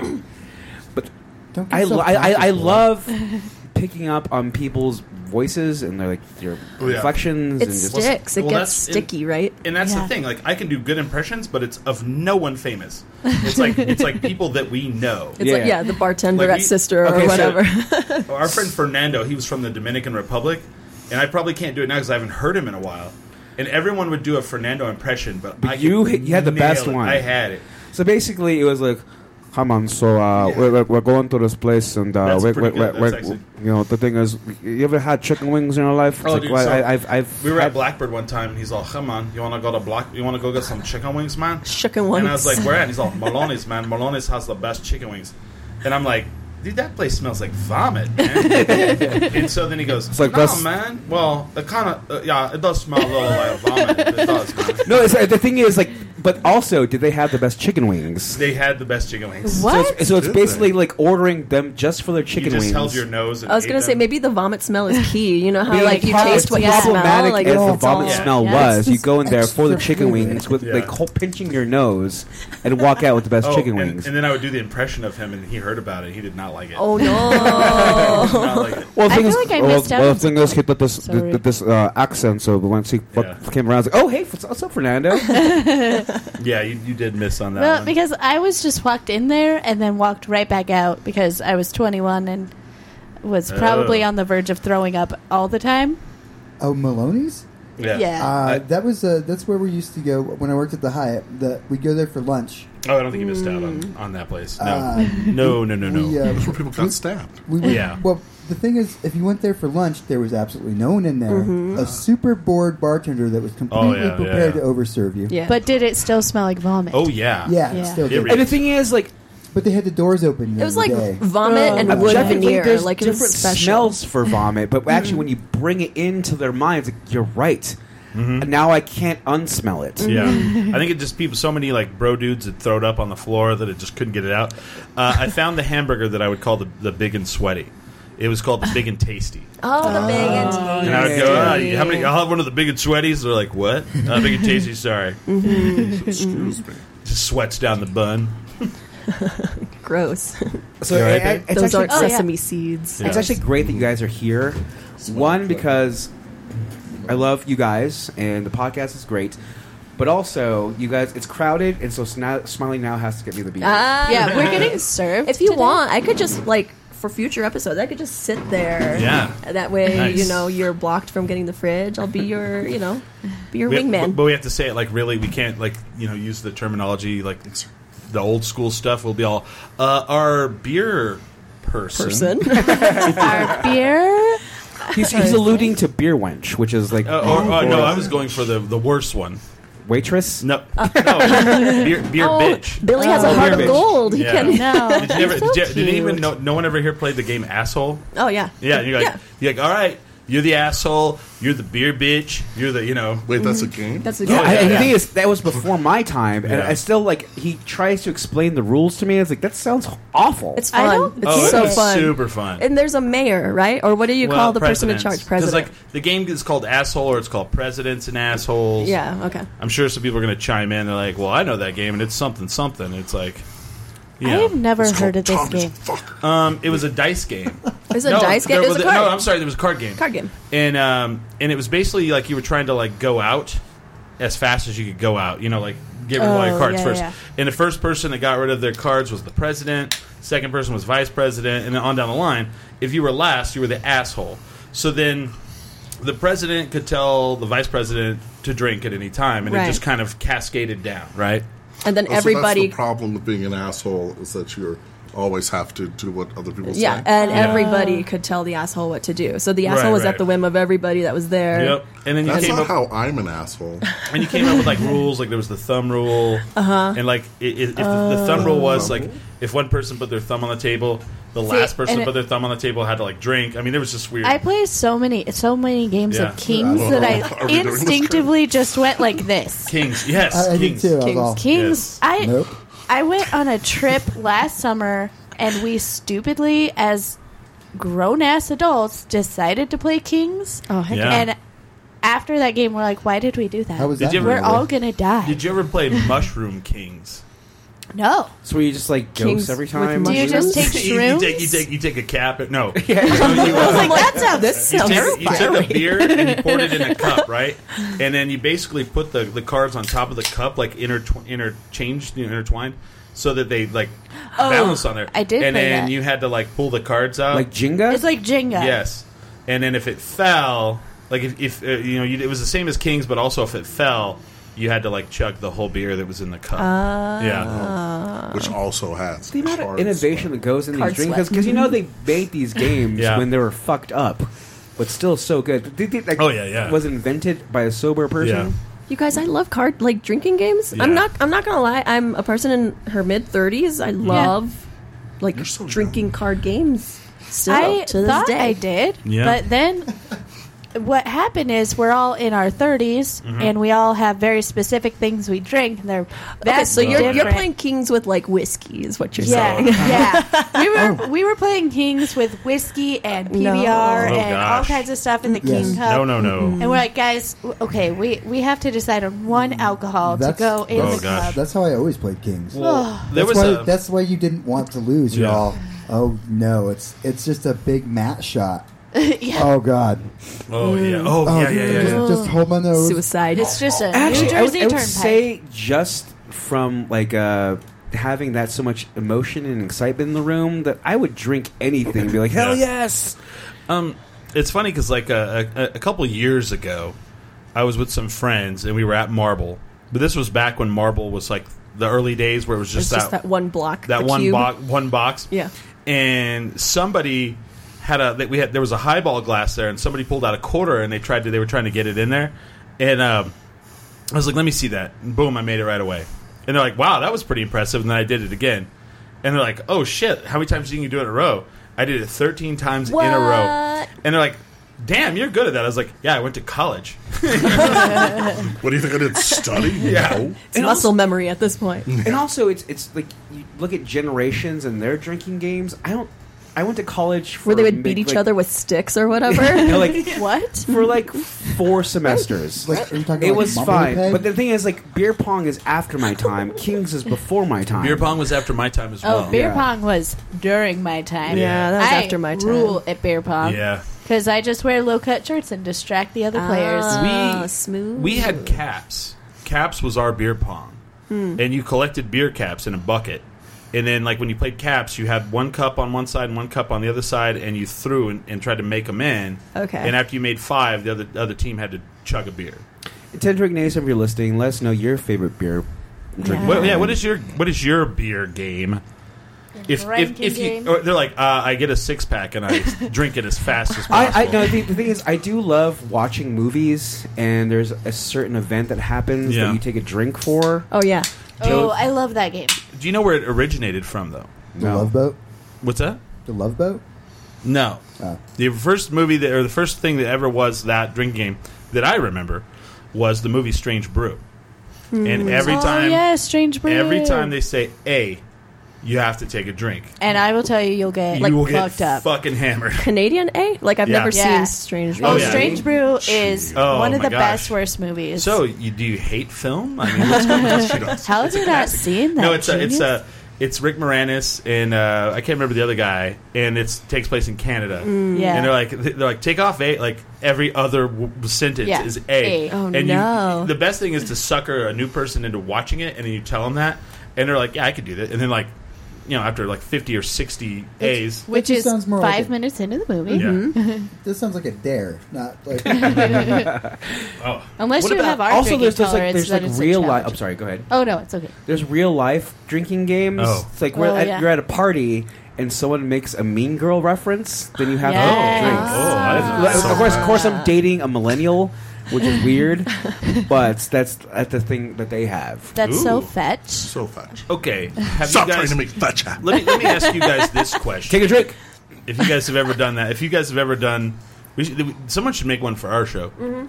E: but
D: Don't get
E: I,
D: so
E: lo- I, I, I
D: tactical.
E: love picking up on people's voices and their like their
G: Oh, yeah.
E: reflections
F: It
E: and just
F: sticks. It
B: Well,
F: gets
B: that's- it-
F: sticky, right?
B: And that's
C: Yeah.
B: the thing. Like I can do good impressions, but it's of no one famous. It's like it's like people that we know.
F: It's like
E: Yeah.
F: yeah, the bartender
B: Like
F: at
B: we-
F: Sister
B: okay,
F: or
B: so-
F: whatever.
B: Our friend Fernando, he was from the Dominican Republic, and I probably can't do it now because I haven't heard him in a while. And everyone would do a Fernando impression, but, I
E: you
B: could
E: h- you had the
B: nail
E: best
B: it.
E: one.
B: I had it.
E: So basically, it was like, come on, so uh, we're, we're- we're going to this place, and uh,
B: That's
E: we're, we're,
B: pretty
E: we're,
B: good.
E: we're-
B: That's actually-
E: you know, the thing is, you ever had chicken wings in your life? It's
B: Oh,
E: like,
B: dude,
E: well,
B: so-
E: I, I've, I've
B: We were
E: had-
B: at Blackbird one time, and he's all, "Come on, you want to go to Black? You want to go get some chicken wings, man?"
F: Chicken
B: And I was
F: wings.
B: like, "Where at?" He's all, "Maloney's, man. Maloney's has the best chicken wings." And I'm like, "Dude, that place smells like vomit, man." and so then he goes,
E: like,
B: "No,
E: that's-
B: man. Well, it kind of, uh, yeah, it does smell a little like vomit. It does, man."
E: No, it's, uh, the thing is, like, but also, did they have the best chicken wings?
B: They had the best chicken wings.
E: So
F: what?
E: it's, so it's
G: Did
E: basically like ordering them just for their
B: You
E: chicken
B: just
E: wings.
B: held your nose. And
F: I was
B: ate
F: gonna say
B: them.
F: maybe the vomit smell is key. You know how
E: But,
F: like you
E: how
F: taste what you smell.
E: problematic
F: Like oh,
E: as the
F: it's all-
E: vomit
B: Yeah.
E: smell
D: Yeah, it's
E: was, you
D: just
E: go in there for the
D: extra
E: chicken
D: fluid.
E: wings with
B: Yeah.
E: like whole pinching your nose and walk out with the best
B: Oh,
E: chicken
B: and-
E: wings.
B: And, then I would do the impression of him, and he heard about it. He did not like it.
F: Oh no!
B: He did not like it.
E: Well, the
C: I feel
E: thing is,
C: like I
E: well,
C: missed out
E: well,
C: on
E: the thing is, he did this,
C: Sorry.
E: did this uh, accent, so once he
B: Yeah.
E: came around, I was like, oh, hey, what's what's up, Fernando?
B: Yeah, you, you did miss on that
C: Well,
G: Um,
B: one.
C: because I was just walked in there and then walked right back out because I was 21 and was probably
B: Oh.
C: on the verge of throwing up all the time.
D: Oh, Maloney's.
B: yeah.
D: Uh,
B: I-
D: that was uh, that's where we used to go when I worked at the Hyatt. The, we go there for lunch.
B: Oh, I don't think you missed out on,
F: Mm.
B: on that place. No,
D: Uh,
B: no, no, no, no.
D: We, uh,
G: That's where people got stabbed.
D: we went,
B: Yeah.
D: Well, the thing is, if you went there for lunch, there was absolutely no one in there. A super bored bartender that was completely
B: Oh, yeah,
D: prepared
B: yeah.
D: to overserve you.
F: yeah,
C: But did it still smell like vomit?
B: oh yeah.
D: Yeah,
C: Yeah.
D: still
B: Yeah,
D: did.
B: really.
E: and the thing is, like,
D: But they had the doors open.
F: it was like
D: day.
F: vomit and wood
E: objectively,
F: veneer.
E: Uh, there's
F: Like it
E: different
F: was special.
E: smells for vomit, but
B: Mm.
E: actually, when you bring it into their minds, like, you're right.
B: Mm-hmm.
E: Now I can't unsmell it.
B: Yeah, I think it just people. So many like bro dudes had thrown up on the floor that it just couldn't get it out. Uh, I found the hamburger that I would call the, the big and sweaty. It was called the Big and Tasty.
F: Oh, the big
E: Ah.
F: and
B: And I would go, ah, you- how many? I'll have one of the big and sweaties. They're like, what? Uh, big and
F: Mm-hmm.
B: tasty. Sorry,
G: Excuse me.
B: just sweats down the bun.
F: gross.
E: So
G: Yeah, I
E: it-
G: think-
E: it's
F: Those
E: actually,
F: aren't
C: Oh, yeah.
F: sesame seeds.
E: it's actually great that you guys are here. One because I love you guys and the podcast is great, but also you guys it's crowded and so Sna- Smiley now has to get me the beat.
F: Ah,
C: Yeah, we're getting served.
F: If you
C: today.
F: want, I could just like for future episodes, I could just sit there.
B: Yeah.
F: That way,
B: Nice.
F: you know, you're blocked from getting the fridge. I'll be your, you know, be your
B: We-
F: wingman.
B: but, but we have to say it like really. We can't like you know use the terminology like it's the old school stuff. We'll be all uh, our beer person.
F: person.
C: our beer.
E: He's, he's alluding to beer wench, which is like
B: Uh, or, uh, no, I was going for the the worse one.
E: waitress.
B: No,
F: Oh.
B: no, beer, beer bitch.
F: Billy has a
E: Oh.
F: heart
E: Beer
F: of
E: bitch.
F: gold. He
B: Yeah.
F: can.
C: No.
B: Did you ever?
F: Oh, So
B: did, you- did
F: cute.
B: anyone? No, no one ever here played the game asshole.
F: Oh yeah.
B: Yeah, you're like
F: Yeah.
B: you're like all right. You're the asshole. You're the beer bitch. You're the you know.
G: Wait, Mm-hmm. that's a game.
F: That's the
E: Yeah,
B: Oh,
E: I-
B: yeah,
E: and
B: yeah.
E: the thing is, that was before my time, and
B: Yeah.
E: I still like. He tries to explain the rules to me. and It's like that sounds awful.
F: It's
C: I
F: fun.
C: don't
F: It's
B: Oh,
F: so
B: it's
F: fun.
B: super fun.
F: And there's a mayor, right? Or what do you call the person in charge?
B: Because
F: President.
B: like the game is called asshole, or it's called presidents and assholes.
F: yeah. Okay.
B: I'm sure some people are going to chime in. They're like, "Well, I know that game, and it's something something." It's like, you
C: I have
B: know,
C: never
G: It's
C: heard of
G: called
C: this
G: Thomas
C: game.
G: Fucker.
B: um, it was a dice game.
F: Is it
B: No,
F: a dice game?
B: there
F: It was a card.
B: No, I'm sorry, there was a card game.
F: Card game.
B: and um, and it was basically like you were trying to like go out as fast as you could go out. You know, like get rid of all your
C: Oh,
B: cards
C: yeah,
B: first.
C: yeah.
B: And the first person that got rid of their cards was the president. Second person was vice president, and then on down the line. If you were last, you were the asshole. So then, the president could tell the vice president to drink at any time, and
F: Right.
B: it just kind of cascaded down, right?
F: And then
G: Oh, so
F: everybody.
G: that's the problem with being an asshole is that you always have to do what other people
F: yeah,
G: say.
F: and everybody could tell the asshole what to do. So the
B: Right,
F: asshole was
B: right.
F: at the whim of everybody that was there.
B: Yep. And then you
G: That's
B: came
G: not
B: up
G: how I'm an asshole.
B: and you came up with like rules, like there was the thumb rule, uh-huh. and like i i if the, the thumb rule was like if one person put their thumb on the table, the last person
C: Oh. and
B: to put
C: it-
B: their thumb on the table had to like drink. I mean, there was just weird.
C: I play so many so many games
B: Yeah.
C: of kings
G: I don't
C: that
G: know.
C: I
G: Are we doing this
C: instinctively just went like this.
B: kings, yes,
D: I, I did
B: kings.
D: too. I was
F: Kings.
D: all,
C: Kings.
B: Yes.
C: I
D: Oh, Nope.
C: I went on a trip last summer, and we stupidly, as grown ass adults, decided to play Kings.
F: Oh heck
B: Yeah.
C: And after that game, we're like, why did we do that?
D: How was
B: Did
D: that?
B: you ever-
D: really?
C: we're all gonna die.
B: Did you ever play Mushroom Kings?
C: no,
E: so you just like jokes
F: Kings
E: every
F: with
E: time.
F: Do
C: do you
F: you
C: just take
B: you, you
C: shrooms?
B: take you take you take a cap. and- No,
F: I was like, that's how this
B: you
F: sounds.
B: take, you took a beer and you poured it in a cup, right? And then you basically put the, the cards on top of the cup, like intertw- interchanged, you know, intertwined, so that they like balance on there.
C: Oh, I did
B: And
C: play
B: then
C: that.
B: you had to like pull the cards out,
E: like Jenga.
C: it's like Jenga.
B: yes. And then if it fell, like if, if uh, you know, you, it was the same as kings, but also if it fell, you had to like chug the whole beer that was in the cup.
F: Ah.
B: yeah,
G: which also has
E: the amount of
G: cards.
E: innovation that goes in
F: Card
E: these drinks
F: sweat.
E: because you know they made these games
B: Yeah.
E: when they were fucked up, but still so good. But they- they, like,
B: Oh, yeah, yeah.
E: Was invented by a sober person.
F: You guys, I love card like drinking games.
B: Yeah.
F: I'm not. I'm not gonna lie. I'm a person in her mid thirties. I love like
G: You're so
F: drinking card games. Still
C: I
F: to this
C: thought
F: day,
C: I did,
B: Yeah.
C: but then what happened is we're all in our 30s
D: Mm-hmm.
C: and we all have very specific things we drink. And they're
F: Okay,
C: that's
F: so you're, you're
C: different.
F: playing kings with like whiskey is what you're
C: Yeah,
F: saying.
C: yeah. We were we were playing Kings with whiskey and PBR
F: No.
B: Oh,
C: and all
B: gosh.
C: kinds of stuff in the
D: Yes.
C: King Cup.
F: Uh,
B: No, no, no.
F: mm-hmm.
C: And we're like, guys, w- okay, we we have to decide on one alcohol
D: That's-
C: to go in
B: Oh,
C: the
B: gosh.
C: cup.
D: That's how I always played Kings.
F: Oh.
B: Well, there
D: that's
B: was
D: why.
B: a
D: that's why you didn't want to lose. You're
B: Yeah.
D: all, oh no, it's it's just a big mat shot.
C: Yeah.
D: Oh god.
B: oh yeah oh,
D: Oh,
B: yeah yeah yeah.
D: Just, just hold my nose.
F: Suicide.
C: It's just a New
E: Actually, I would,
C: Jersey
E: I would
C: Turnpike.
E: say just from like uh, having that so much emotion and excitement in the room that I would drink anything. and Be like, hell
B: Yeah.
E: yes!
B: Um, it's funny because like a, a, a couple years ago, I was with some friends and we were at Marble, but this was back when Marble was like the early days where it was
F: it's
B: just
F: just
B: that
F: that one block.
B: that
F: the
B: one
F: cube.
B: box one box
F: Yeah.
B: and somebody had a that we had there was a highball glass there and somebody pulled out a quarter and they tried to they were trying to get it in there and um, i was like let me see that and boom i made it right away and they're like wow that was pretty impressive and then i did it again and they're like oh shit how many times can you do it in a row i did it 13 times in a row
F: What?
B: and they're like damn you're good at that i was like yeah i went to college
G: What do you think I did? Study? No.
F: It's muscle memory at this point.
E: And also, it's it's like you look at generations and their drinking games. I don't. I went to college for
F: where they would
E: big,
F: beat each
E: like-
F: other with sticks or whatever.
E: you know, like
C: What?
E: for like four semesters.
D: Like, are you talking
E: it
D: like
E: was
D: Mumble
E: fine,
D: Peg?
E: but the thing is, like beer pong is after my time. Kings is before my time.
H: Beer pong was after my time as
C: Oh,
H: well.
C: beer
E: Yeah.
C: pong was during my time.
F: yeah, that was
C: I
F: after my time.
C: rule at beer pong.
B: Yeah.
C: Because I just wear low cut shirts and distract the other players.
F: Ah,
H: We-
F: smooth.
H: We had caps. Caps was our beer pong,
F: Hmm.
B: and you collected beer caps in a bucket. And then, like when you played caps, you had one cup on one side and one cup on the other side, and you threw and, and tried to make them in.
F: Okay.
B: And after you made five, the other the other team had to chug a beer.
E: Tendrick Nason, if you're listening, let us know your favorite beer. Drink.
B: What, yeah. What is your What is your beer game? If if,
C: Drinking
B: if
C: game.
B: you or they're like, uh, I get a six pack and I drink it as fast as possible.
E: I, I no. The, the thing is, I do love watching movies, and there's a certain event that happens
B: Yeah.
E: that you take a drink for.
F: oh yeah,
C: Oh, I love that game.
B: Do you know where it originated from, though?
D: The Love Boat.
B: What's that?
D: The Love Boat.
B: No.
D: Oh.
B: The first movie that, or the first thing that ever was that drinking game that I remember was the movie Strange Brew. And every
C: oh,
B: time,
C: yeah, strange brew.
B: every time they say A, you have to take a drink.
C: and I will tell you, you'll get
B: you
C: like
B: will get
C: fucked up.
B: fucking hammered.
F: Canadian A. Like I've
B: Yeah.
F: never
C: Yeah.
F: seen Strange.
C: Oh,
B: Oh,
F: Brew.
B: yeah.
C: Strange Brew is
B: Oh,
C: one of
B: my
C: the
B: gosh.
C: best worst movies.
B: So, you, do you hate film? I mean, what's going on?
C: how have you not seen that?
B: no, it's a, it's
C: genius?
B: a, it's Rick Moranis and uh, I can't remember the other guy, and it takes place in Canada.
C: Mm.
F: Mm.
C: yeah.
B: And they're like, they're like, take off a. Like every other w- sentence
C: Yeah.
B: is a.
C: A.
F: Oh,
B: and
F: no.
B: You, the best thing is to sucker a new person into watching it, and then you tell them that, and they're like, yeah, I could do that. And then like, you know, after like fifty or sixty A's,
C: which
D: just
C: is
D: sounds more like
C: five
D: a-
C: minutes into the movie.
B: yeah.
D: This sounds like a dare, not like.
B: Oh,
C: Unless
E: What
C: you
E: about-
C: have our
E: also?
C: drinking
E: There's, there's like
C: tolerance,
E: there's
C: then
E: like
C: it's a
E: real life.
C: challenge.
E: I'm sorry. Go ahead.
C: Oh no, it's okay.
E: There's real life drinking games.
B: Oh.
E: It's like we're
C: Oh,
E: at,
C: yeah.
E: you're at a party and someone makes a Mean Girl reference, then you have to
C: Yes.
E: drink.
B: oh, that
E: Like,
B: is
E: of course, of course, I'm dating a millennial, which is weird, but that's that's the thing that they have.
C: That's so
B: Ooh.
C: fetch.
G: So fetch.
B: okay. Have
G: Stop
B: you guys,
G: trying to make fetch happen.
B: Let me let me ask you guys this question:
E: Take a drink.
B: If you guys have ever done that, if you guys have ever done, we should, we- someone should make one for our show.
C: Mm-hmm.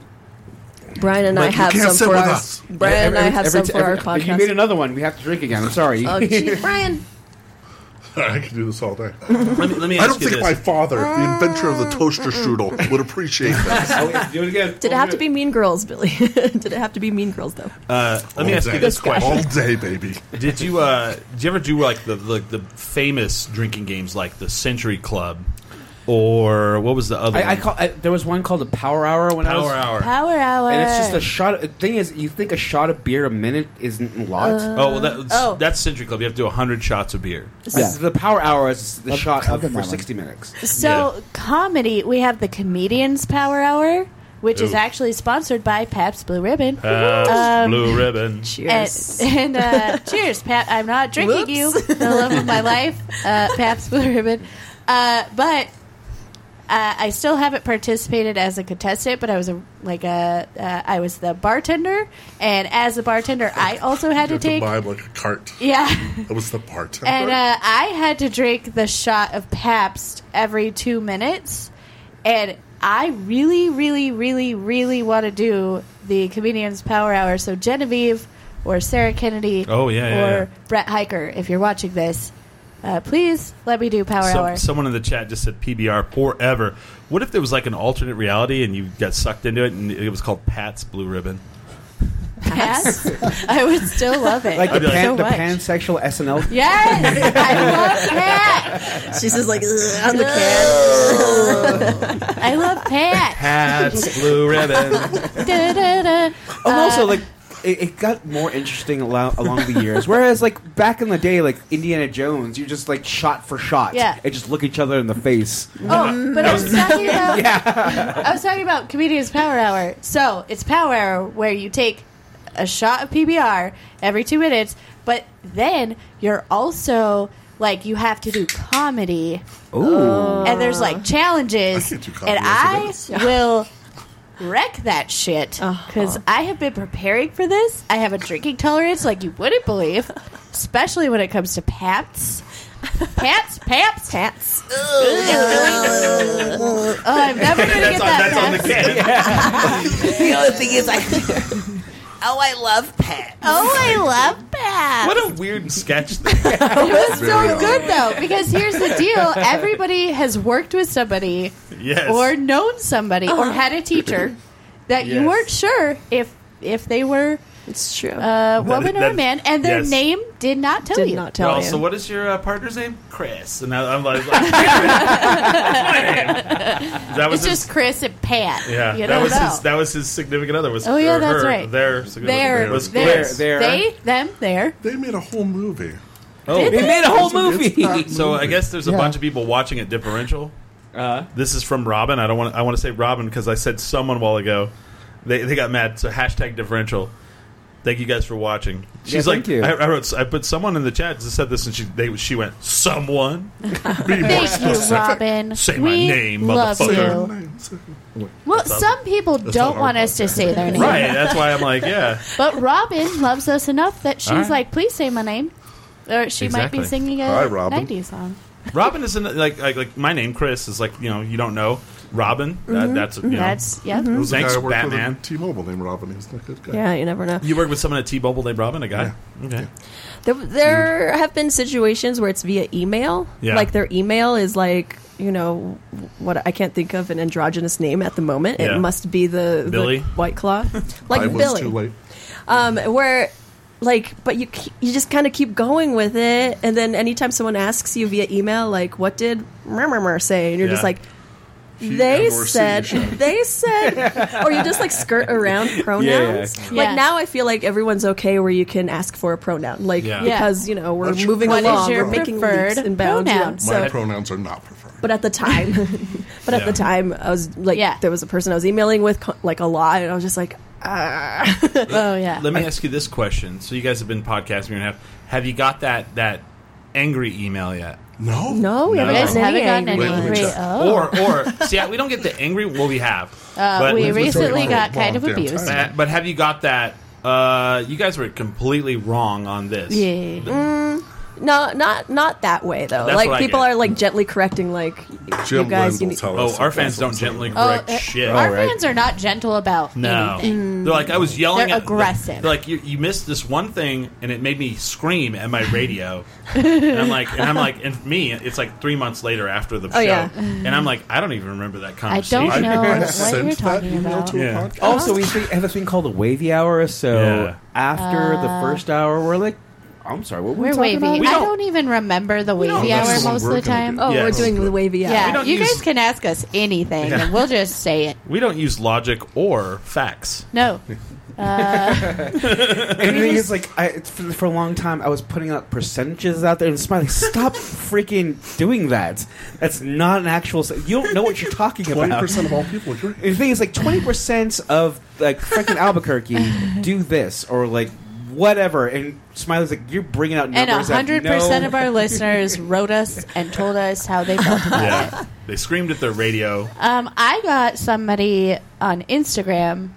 F: Brian and I
G: But you
F: have
G: can't
F: some
G: sit
F: for
G: with
F: our.
G: us.
F: Brian and I have some
E: t-
F: for our
E: every- You made
F: podcast.
E: another one. We have to drink again. I'm sorry.
F: Oh, gee, Brian.
G: I could do this all day.
B: Let me let me
G: I
B: ask
G: don't
B: you
G: think
B: this.
G: my father, the inventor of the toaster strudel, would appreciate this.
E: do it again.
F: Did it have to be Mean Girls, Billy? Did it have to be Mean Girls though?
B: uh, let me
G: All
B: ask you
G: day.
B: this question.
G: All day, baby.
B: Did you uh did you ever do like the like the famous drinking games like the Century Club or what was the other
E: I, I
B: one?
E: call. I, there was one called a Power Hour when I was.
B: Power Hour.
C: Power hour.
E: And it's just a shot. The thing is, you think a shot of beer a minute isn't a lot.
F: Uh.
B: oh, well, that's,
C: oh.
B: that's Century Club. You have to do 100 shots of beer.
E: This is the Power Hour is the
D: I've-
E: shot
D: I've
E: of,
D: done
E: for
D: that one.
E: 60 minutes.
C: so comedy. We have the comedians power hour, which is
B: Ooh. Uh,
C: actually sponsored by Pabst Blue Ribbon. Um,
B: Blue Ribbon.
F: Cheers.
C: And, and uh, cheers, Pap. I'm not drinking you. The love of my life, uh, Pabst Blue Ribbon. Uh, but uh, I still haven't participated as a contestant. But I was a like a uh, I was the bartender, and as a bartender, I also had to
G: Took the
C: take
G: vibe like a cart.
C: yeah.
G: That was the bartender.
C: And uh, I had to drink the shot of Pabst every two minutes. And I really, really, really, really want to do the Comedians Power Hour. So Genevieve or Sarah Kennedy
B: Oh, yeah, yeah,
C: or
B: yeah.
C: Brett Hiker, if you're watching this, uh, please let me do Power
B: Some-
C: Hour.
B: someone in the chat just said PBR forever. What if there was like an alternate reality and you got sucked into it and it was called Pat's Blue Ribbon?
C: Pabst? I would still love it.
E: Like the,
B: I'd be like-
E: pan,
C: So
E: the
C: much.
E: pansexual SNL
C: Yes, I love Pat.
F: She's just like "Ugh, on the can.
C: I love Pat.
B: Pat's Blue Ribbon.
C: Da, da, da.
E: Oh, and also like it, it got more interesting alo- along the years. Whereas like back in the day, like Indiana Jones, you just like shot for shot,
C: Yeah.
E: and just look each other in the face.
C: Oh, but I was talking about I was talking about comedians power hour. So it's power hour where you take a shot of PBR every two minutes, but then you're also like you have to do comedy,
E: Ooh,
C: and there's like challenges,
G: I could do comedy
C: and I
G: after
C: will wreck that shit because I have been preparing for this. I have a drinking tolerance like you wouldn't believe, especially when it comes to Pabst. Pats, paps, pats. oh, I'm never gonna get that.
B: That's on the
C: Pabst.
B: can.
C: Oh, I love bad.
B: What a weird sketch thing.
C: It was
G: Very
C: so good though, because here's the deal: everybody has worked with somebody,
B: Yes.
C: or known somebody,
F: Uh-huh.
C: or had a teacher that you
B: Yes.
C: weren't sure if if they were
F: It's true. Oh,
C: a woman or a
B: that's-
C: man, and their
B: yes.
C: name did not tell
F: Did
C: you.
F: not tell
B: well,
F: you.
B: so what is your uh, partner's name? Chris. And I, I'm like, like, that was
C: it's
B: his,
C: just Chris and Pat.
B: yeah.
C: you
B: that
C: don't
B: was
C: know.
B: his. That was his significant other. Was
C: Oh, yeah,
B: or
C: that's
B: her,
C: right.
B: Their significant
C: There,
B: other was
C: there,
B: Chris.
E: There.
C: they, them, there.
G: They made a whole movie.
E: Oh, they made a whole
G: It's not-
E: movie.
H: So
B: uh,
H: I guess there's a
D: Yeah.
H: bunch of people watching it differential.
E: Uh,
B: This is from Robin. I don't want. I want to say Robin because I said someone a while ago. They they got mad. So hashtag differential. Thank you guys for watching. She's like,
E: thank you.
B: I, I wrote. I put someone in the chat. Just said this, and she they she went someone.
G: Be more
C: Thank
G: specific.
C: you, Robin.
B: Say my
C: we
B: name,
C: love
G: Say your
C: you.
G: name, say-
C: Well, some people don't
G: not
C: want
G: our
C: us to say their name,
B: Right. That's why I'm like, yeah.
C: but Robin loves us enough that she's
B: right.
C: like, "Please say my name," or she might
B: Exactly.
C: be singing a
G: Hi, Robin.
C: '90s song.
B: Robin is in, like like like my name Chris is like you know you don't know Robin. That, that's you know.
C: That's yeah.
F: Mm-hmm.
G: There was a
B: Thanks,
G: guy I worked with at
B: Batman.
G: T-Mobile named Robin. He was not a good guy.
F: yeah, you never know.
B: You work with someone at T-Mobile named Robin, a guy. Okay.
F: There, there have been situations where it's via email.
B: Yeah.
F: Like their email is like you know what I can't think of an androgynous name at the moment.
B: Yeah.
F: It must be the, the
B: Billy?
F: White Claw, like
G: I was
F: Billy.
G: too late.
F: Um, where like but you ke- you just kind of keep going with it, and then anytime someone asks you via email like what did murmur say, and you're
B: Yeah.
F: just like.
G: He
F: they
G: and or she
F: said,
G: shall.
F: they said, or you just like skirt around pronouns.
E: Yeah.
F: Like
C: Yeah.
F: now, I feel like everyone's okay where you can ask for a pronoun, like
B: Yeah.
C: Yeah.
F: because you know we're
G: That's
F: moving
G: What is
F: along,
C: your
F: we're making
C: preferred
F: leaps and bounds. yeah.
C: pronoun?
G: My
F: So,
G: pronouns are not preferred.
F: but at the time, but at
B: Yeah.
F: the time, I was like,
C: Yeah.
F: there was a person I was emailing with co- like a lot, and I was just like,
C: Oh yeah.
B: Let me ask you this question. So you guys have been podcasting and a half. Have you got that that angry email yet?
G: no,
F: no, we
B: No.
F: haven't
C: You guys
F: gotten any.
C: haven't gotten any
F: angry.
G: Wait,
C: angry.
G: wait,
C: Oh.
B: Or or see, we don't get the angry. Well, we have.
C: uh, we
G: We've been
C: recently
G: talking
C: got
G: for a
C: kind of
G: long damn
C: abused.
G: time.
B: Uh, but have you got that? Uh, you guys were completely wrong on this.
C: Yeah.
F: No, not not that way
B: That's
F: though.
B: what
F: like
B: I
F: people
B: get.
F: are like gently correcting, like
G: Jim
F: you guys.
G: Lynn will
F: You need-
G: tell us.
B: Oh, our
G: if
B: fans
G: that's
B: don't
G: what's
B: gently
G: going on.
B: correct
C: uh,
B: shit.
C: Our
E: Alright.
C: fans are not gentle about
B: No,
C: anything.
B: they're like I was yelling.
C: Mm. They're
B: at,
C: aggressive.
B: They're like you, you missed this one thing, and it made me scream at my radio. and I'm like, and I'm like, and for me, it's like three months later after the show,
F: yeah.
B: and I'm like, I don't even remember that
C: Oh, I
B: conversation.
C: don't know
G: I
C: what
G: sent
C: you're
G: that
C: talking
G: email
C: about.
G: to a
B: Yeah. Oh,
G: podcast.
E: also, we think- have this thing called the wavy hour. So
B: Yeah.
E: after the first hour, we're like, I'm sorry, what were
C: Uh.
E: we
C: We're
E: talking
C: wavy.
E: about?
B: We
C: I
B: don't-
C: don't even remember the
G: don't-
C: wavy
G: That's
C: hour
G: the one
C: most of
G: we're
C: the
G: gonna
C: time.
G: do.
F: Oh, we're
B: Yes.
F: doing the wavy.
C: yeah.
B: we don't
C: you
B: use-
C: guys can ask us anything, and we'll just say it.
B: We don't use logic or facts.
C: No.
E: And the thing is, like, I, it's- for, for a long time, I was putting up percentages out there, and it's like, stop freaking doing that. That's not an actual. s- You don't know what you're talking
G: Twenty
E: about.
G: percent of all people agree.
E: And the thing is, like, twenty percent of like freaking Albuquerque do this or like whatever, and Smiley's like, you're bringing out
C: And
E: numbers.
C: hundred
E: that,
C: percent
E: no,
C: of our listeners wrote us and told us how they felt about it.
B: Yeah, they screamed at their radio.
C: Um, I got somebody on Instagram.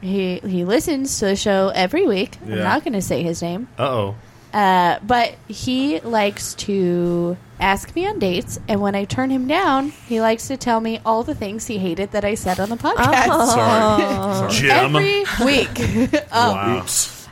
C: He he listens to the show every week. I'm
B: Yeah.
C: not going to say his name,
B: Uh oh.
C: uh, but he likes to ask me on dates, and when I turn him down, he likes to tell me all the things he hated that I said on the
F: Uh-huh.
C: podcast
G: Sorry. Sorry.
B: Jim.
C: every week. oh,
B: wow.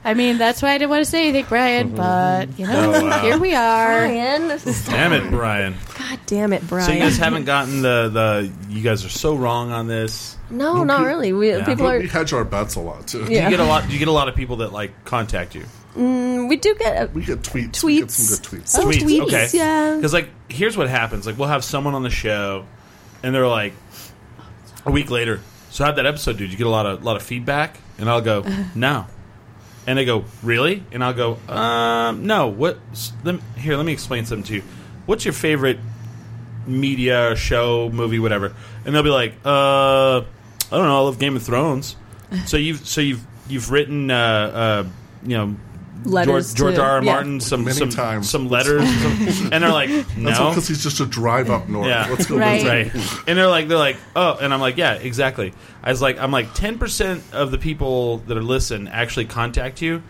C: I mean that's why I didn't want to say anything, Brian. But you know,
B: Oh, Mm-hmm. wow.
C: here we are.
F: Brian,
B: Damn it, Brian.
F: God damn it, Brian.
B: So you guys haven't gotten the the. You guys are so wrong on this.
F: no, not really. We,
B: Yeah.
F: People
G: But
F: are.
G: we hedge our bets a lot too.
B: Do
F: Yeah.
B: you get a lot? Do you get a lot of people that like contact you?
F: We do get a,
G: We get tweets. We get some
F: Tweets.
G: good tweets.
F: some tweets.
B: tweets, okay.
F: Yeah.
B: Because like, here's what happens: like, we'll have someone on the show, and they're like, a week later. So how'd that episode do? Did you get a lot of lot of feedback? And I'll go, no. And they go, really? And I'll go, um, no. What? s- Let, here, let me explain something to you. What's your favorite media or show, movie, whatever? And they'll be like, uh, I don't know. I love Game of Thrones. So you've so you've you've written, uh, uh, you know.
F: Letters
B: George, George
F: to-
B: R. R.
F: yeah.
B: Martin, some
G: Many
B: some
G: times.
B: some letters, and some- and they're like,
G: That's
B: no,
G: because he's just a drive up north.
B: yeah,
G: Let's go.
C: Right.
G: visit.
B: right. And they're like, they're like, oh, and I'm like, yeah, exactly. I was like, I'm like, ten percent of the people that are listen actually contact you,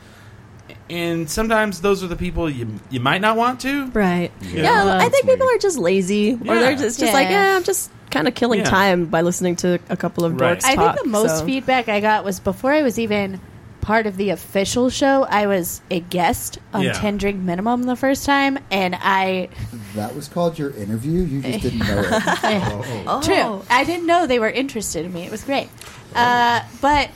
B: and sometimes those are the people you you might not want to.
F: right. Yeah, I think people are just lazy, or
B: Yeah.
F: they're just, just like,
C: Yeah.
F: yeah, I'm just kind of killing
B: Yeah.
F: time by listening to a couple of
B: Right.
F: dorks
C: I
F: talk.
C: think the most
F: so.
C: feedback I got was before I was even part of the official show. I was a guest on
B: Yeah.
C: 10 Drink Minimum the first time, and I.
D: That was called your interview. You just didn't know it.
F: Oh.
C: True. I didn't know they were interested in me. It was great. Uh, but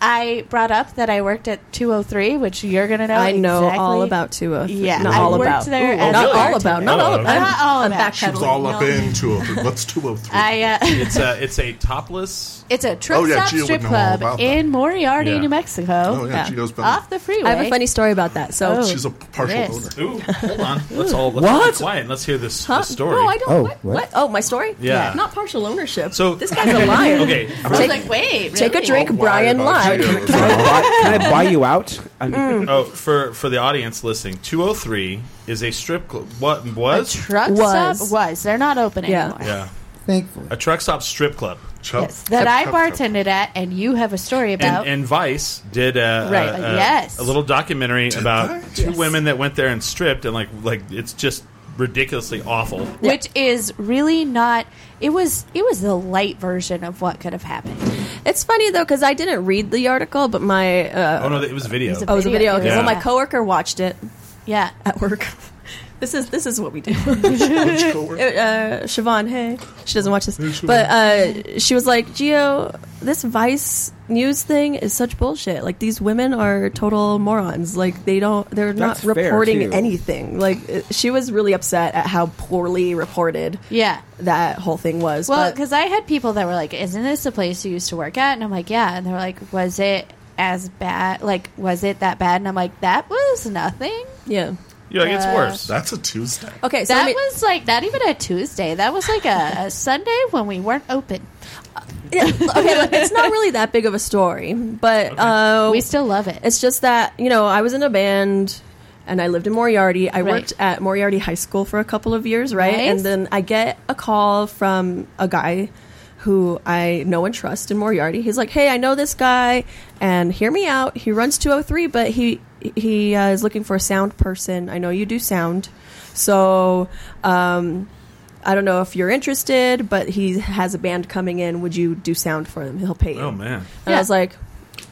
C: I brought up that I worked at 203, which you're going to know.
F: I know
C: exactly.
F: all about Tua.
C: Yeah,
F: not
C: I
F: all
C: worked
F: about.
C: there
F: Ooh,
C: as
B: Oh,
C: Uh,
F: not
C: a
F: all
C: bartender.
F: about. Not all about.
C: Not all
F: I'm
C: about.
G: She was
F: backpedaling.
G: Oh, all up
F: No.
G: in 203. What's 203?
C: I. Uh,
B: It's a it's a topless.
C: It's a truck
G: Oh, yeah,
C: stop
G: Gia would
C: strip
G: know all
C: club
G: about that.
C: in Moriarty,
B: Yeah.
C: New Mexico.
G: Oh, yeah,
F: Yeah.
G: she goes back.
C: Off the freeway.
F: I have a funny story about that. So,
C: Oh.
G: She's a partial
C: Yes.
G: owner.
B: Ooh, hold on. Let's all let's
E: What?
B: be quiet. and Let's hear this,
F: Huh?
B: this story.
F: No, I don't.
D: Oh,
F: what?
D: what?
F: what? Oh, my story.
B: Yeah.
F: not partial ownership.
B: So-
F: this guy's a liar.
B: Okay,
C: I was
F: Take-
C: like, wait,
F: Take a
C: really?
F: drink,
G: Why
F: Brian.
G: about
F: Live.
G: you?
E: Can I buy- can I buy you out? I'm-
C: Mm.
B: Oh, for for the audience listening, 203 is a strip club. What
C: A
B: was?
C: truck
F: Was.
C: stop was. They're not open
F: Yeah.
C: anymore.
B: yeah,
D: Thankfully,
B: a truck stop strip club.
G: Chubb.
C: Yes, that I bartended at, and you have a story about.
B: And, and Vice did a,
C: Right,
B: a, a-
C: yes.
B: a little documentary about
G: they?
B: two
F: Yes.
B: women that went there and stripped, and like like it's just ridiculously awful.
C: which is really not. It was. It was the light version of what could have happened.
F: It's funny though because I didn't read the article, but my uh,
B: Oh no, it was a video.
F: oh, it was a video. Okay,
B: Yeah.
F: well, my coworker watched it
C: Yeah.
F: at work. this is this is what we do.
G: Which coworker?
F: uh, Siobhan, hey, she doesn't watch this, but uh, she was like, "Geo, this Vice news thing is such bullshit. Like these women are total morons. Like they don't, they're
E: That's fair,
F: not reporting
E: too.
F: anything. Like it, she was really upset at how poorly reported
C: Yeah.
F: that whole thing was.
C: Well,
F: but
C: because I had people that were like, "Isn't this the place you used to work at?" And I'm like, "Yeah." And they're like, "Was it as bad? Like, was it that bad?" And I'm like, "That was nothing.
F: yeah,
B: You're like, it's
C: Uh,
B: worse.
G: That's a Tuesday.
F: okay, so
C: that
F: I mean-
C: was like not even a Tuesday. That was like a, a Sunday when we weren't open.
F: okay, look, it's not really that big of a story, but uh,
C: We still love it.
F: It's just that, you know, I was in a band and I lived in Moriarty. I
C: Right.
F: worked at Moriarty High School for a couple of years, right?
C: Nice.
F: And then I get a call from a guy who I know and trust in Moriarty. He's like, "Hey, I know this guy and hear me out. He runs 203, but he he uh, is looking for a sound person. I know you do sound." So, um I don't know if you're interested, but he has a band coming in. Would you do sound for him? He'll pay you.
B: oh man.
F: And I was like,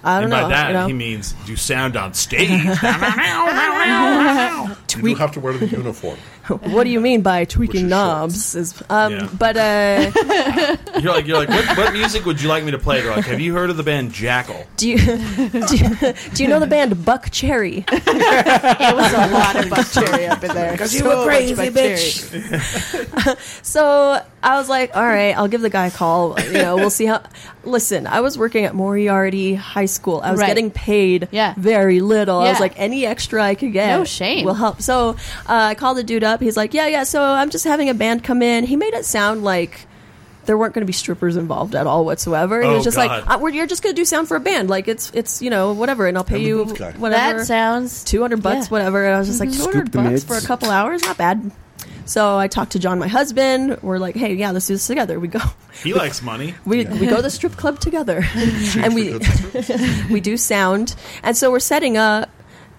F: I don't
B: And by
F: know.
B: that
F: you know?
B: he means do sound on stage.
G: You do have to wear the uniform.
F: what do you mean by tweaking
G: your
F: knobs? Is um,
B: Yeah.
F: but uh,
B: you're like you're like what, what music would you like me to play? They're like, have you heard of the band Jackal?
F: do you do you, do you know the band Buck Cherry?
C: It was a lot of bacteria up in there. Because you were crazy, bitch.
F: So I was like, all right, I'll give the guy a call. You know, we'll see how. Listen, I was working at Moriarty High School. I was
C: Right.
F: getting paid
C: Yeah.
F: very little. I was
C: Yeah.
F: like, any extra I could get,
C: No shame.
F: will help. So uh, I called the dude up. He's like, yeah, yeah. So I'm just having a band come in. He made it sound like. There weren't going to be strippers involved at all whatsoever. He
B: Oh,
F: was just
B: God.
F: like, uh, we're, "You're just going to do sound for a band, like it's it's you know whatever, and I'll pay
G: I'm a
F: you
G: booth guy.
F: whatever."
C: That sounds
F: two hundred bucks,
C: Yeah.
F: whatever. And I was just
B: Mm-hmm.
F: like, two
E: Scoop
F: hundred
E: the
F: bucks
E: mids.
F: for a couple hours, not bad. So I talked to John, my husband. We're like, hey, yeah, let's do this together. We go,
B: He likes money.
F: we we go to the strip club together, and we we do sound, and so we're setting up.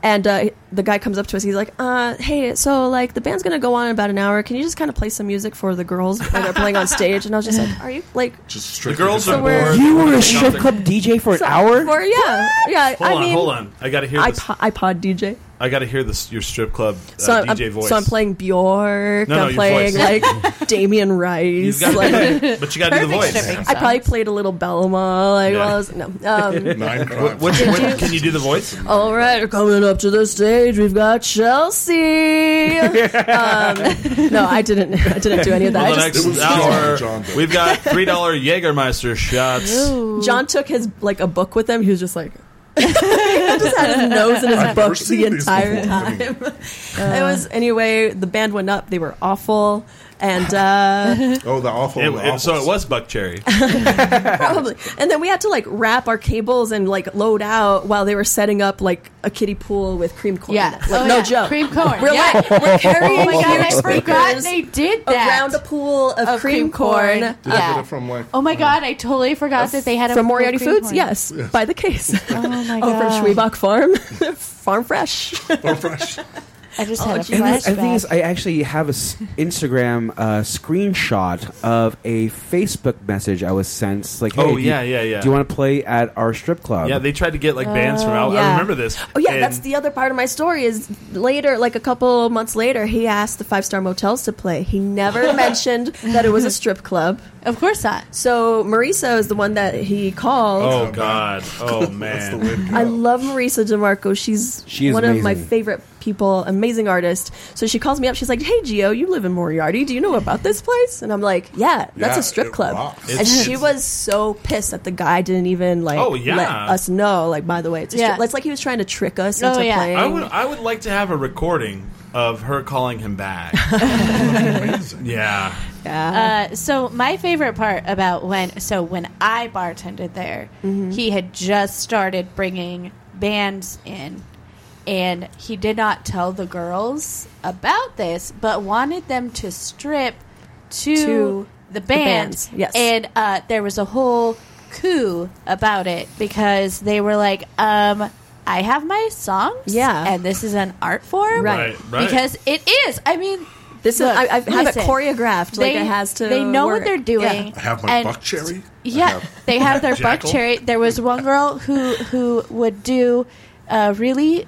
F: And uh, the guy comes up to us. He's like, uh, "Hey, so like the band's gonna go on in about an hour. Can you just kind of play some music for the girls while they're playing on stage?" And I was just like, "Are you like
G: Just
B: The
G: strictly
B: girls
G: different.
B: are bored.
E: You were
B: They're
E: a strip
B: nothing.
E: club DJ for an hour?
F: or yeah, yeah?"
B: Hold
F: I
B: on,
F: mean,
B: hold on. I gotta hear this.
F: iPod, iPod DJ.
B: I gotta hear this. Your strip club uh,
F: So, I'm,
B: DJ
F: I'm-
B: voice.
F: so I'm playing Bjork.
B: No, no,
F: I'm
B: your
F: playing
B: voice.
F: like Damien
B: You've
F: Rice.
B: gotta
F: like,
B: do it, but you gotta do the
C: Perfect
B: voice.
C: stripping
F: I probably played a little Belma. Like,
B: Yeah.
F: while I was, no. Um,
G: Nine
B: What,
G: crimes.
B: what, what, can you do the voice?
F: all right, we're coming up to the stage. We've got Chelsea. um, no, I didn't. I didn't do any of that.
B: Well, the
F: I
B: next
F: just,
G: It was
B: hour,
G: John, John did.
B: we've got three dollar Jägermeister shots.
F: John took his like a book with him. He was just like. he just had his nose in his
G: I've never
F: book
G: seen
F: the
G: these
F: entire
G: before. I
F: time.
G: mean,
F: It was anyway. The band went up. They were awful, and uh,
G: Oh, the awful.
B: It-
G: the
B: it- so it
G: awfuls.
B: was Buck Cherry.
F: Probably. And then we had to like wrap our cables and like load out while they were setting up like a kiddie pool with cream corn.
C: Yeah.
F: in it. Like,
C: Oh,
F: no
C: yeah.
F: joke.
C: Cream corn.
F: We're
C: Yeah.
F: like we're carrying
C: Oh my god, I
F: huge
C: forgot
F: speakers
C: they did that.
F: around a pool of,
C: Of
F: cream,
C: cream
F: corn.
C: corn.
G: Did I get
C: Yeah.
G: it from like
C: Oh my god, I totally forgot that they had a
F: From Moriarty
C: cream
F: Foods,
C: corn.
F: yes, by the case.
C: Oh my god.
F: oh, from Schwebach Farm, Farm Fresh.
G: Farm Fresh?
C: I just
F: Oh,
C: had a
F: geez.
E: And
C: flashback.
E: the, the thing is, I actually have a s- Instagram uh, screenshot of a Facebook message I was sent. It's Like, hey,
B: Oh,
E: do you-
B: yeah, yeah, yeah.
E: Do you want to play at our strip club?
B: Yeah, they tried to get like bands from out. I
F: yeah.
B: remember this.
F: Oh yeah,
B: And-
F: that's the other part of my story. Is later, like a couple months later, he asked the five star motels to play. He never mentioned that it was a strip club.
C: of course not.
F: So Marisa is the one that he called.
B: Oh god. Oh
G: That's the
B: man.
G: way to go.
F: I love Marisa DeMarco. She's
E: She is
F: one of my
E: amazing.
F: favorite people, amazing artist. So she calls me up. She's like, "Hey, Geo, you live in Moriarty. Do you know about this place?" And I'm like, "Yeah, that's
G: Yeah,
F: a strip
G: it
F: club."
G: rocks.
F: And
B: It's-
F: she was so pissed that the guy didn't even like
B: Oh, yeah.
F: let us know. Like, by the way, it's a
C: Yeah.
F: strip. It's like he was trying to trick us
C: Oh,
F: into
C: yeah.
F: playing.
B: I would I would like to have a recording of her calling him back.
G: Amazing.
B: yeah.
C: Uh, so my favorite part about when so when I bartended there,
F: Mm-hmm.
C: he had just started bringing bands in, and he did not tell the girls about this, but wanted them to strip to,
F: To
C: the band.
F: bands, yes.
C: and uh, there was a whole coup about it because they were like, um. I have my songs,
F: Yeah.
C: and this is an art form,
F: Right.
B: Right, right.
C: Because it is. I mean,
F: This
C: Look,
F: is I, I have
C: listen,
F: it choreographed. like it has to.
C: They know
F: work.
C: what they're doing.
F: Yeah.
G: I have my
C: and-
G: buck cherry. I
C: Yeah,
G: have-
C: they have their buck
B: Jackal.
C: cherry. There was one girl who who would do uh, really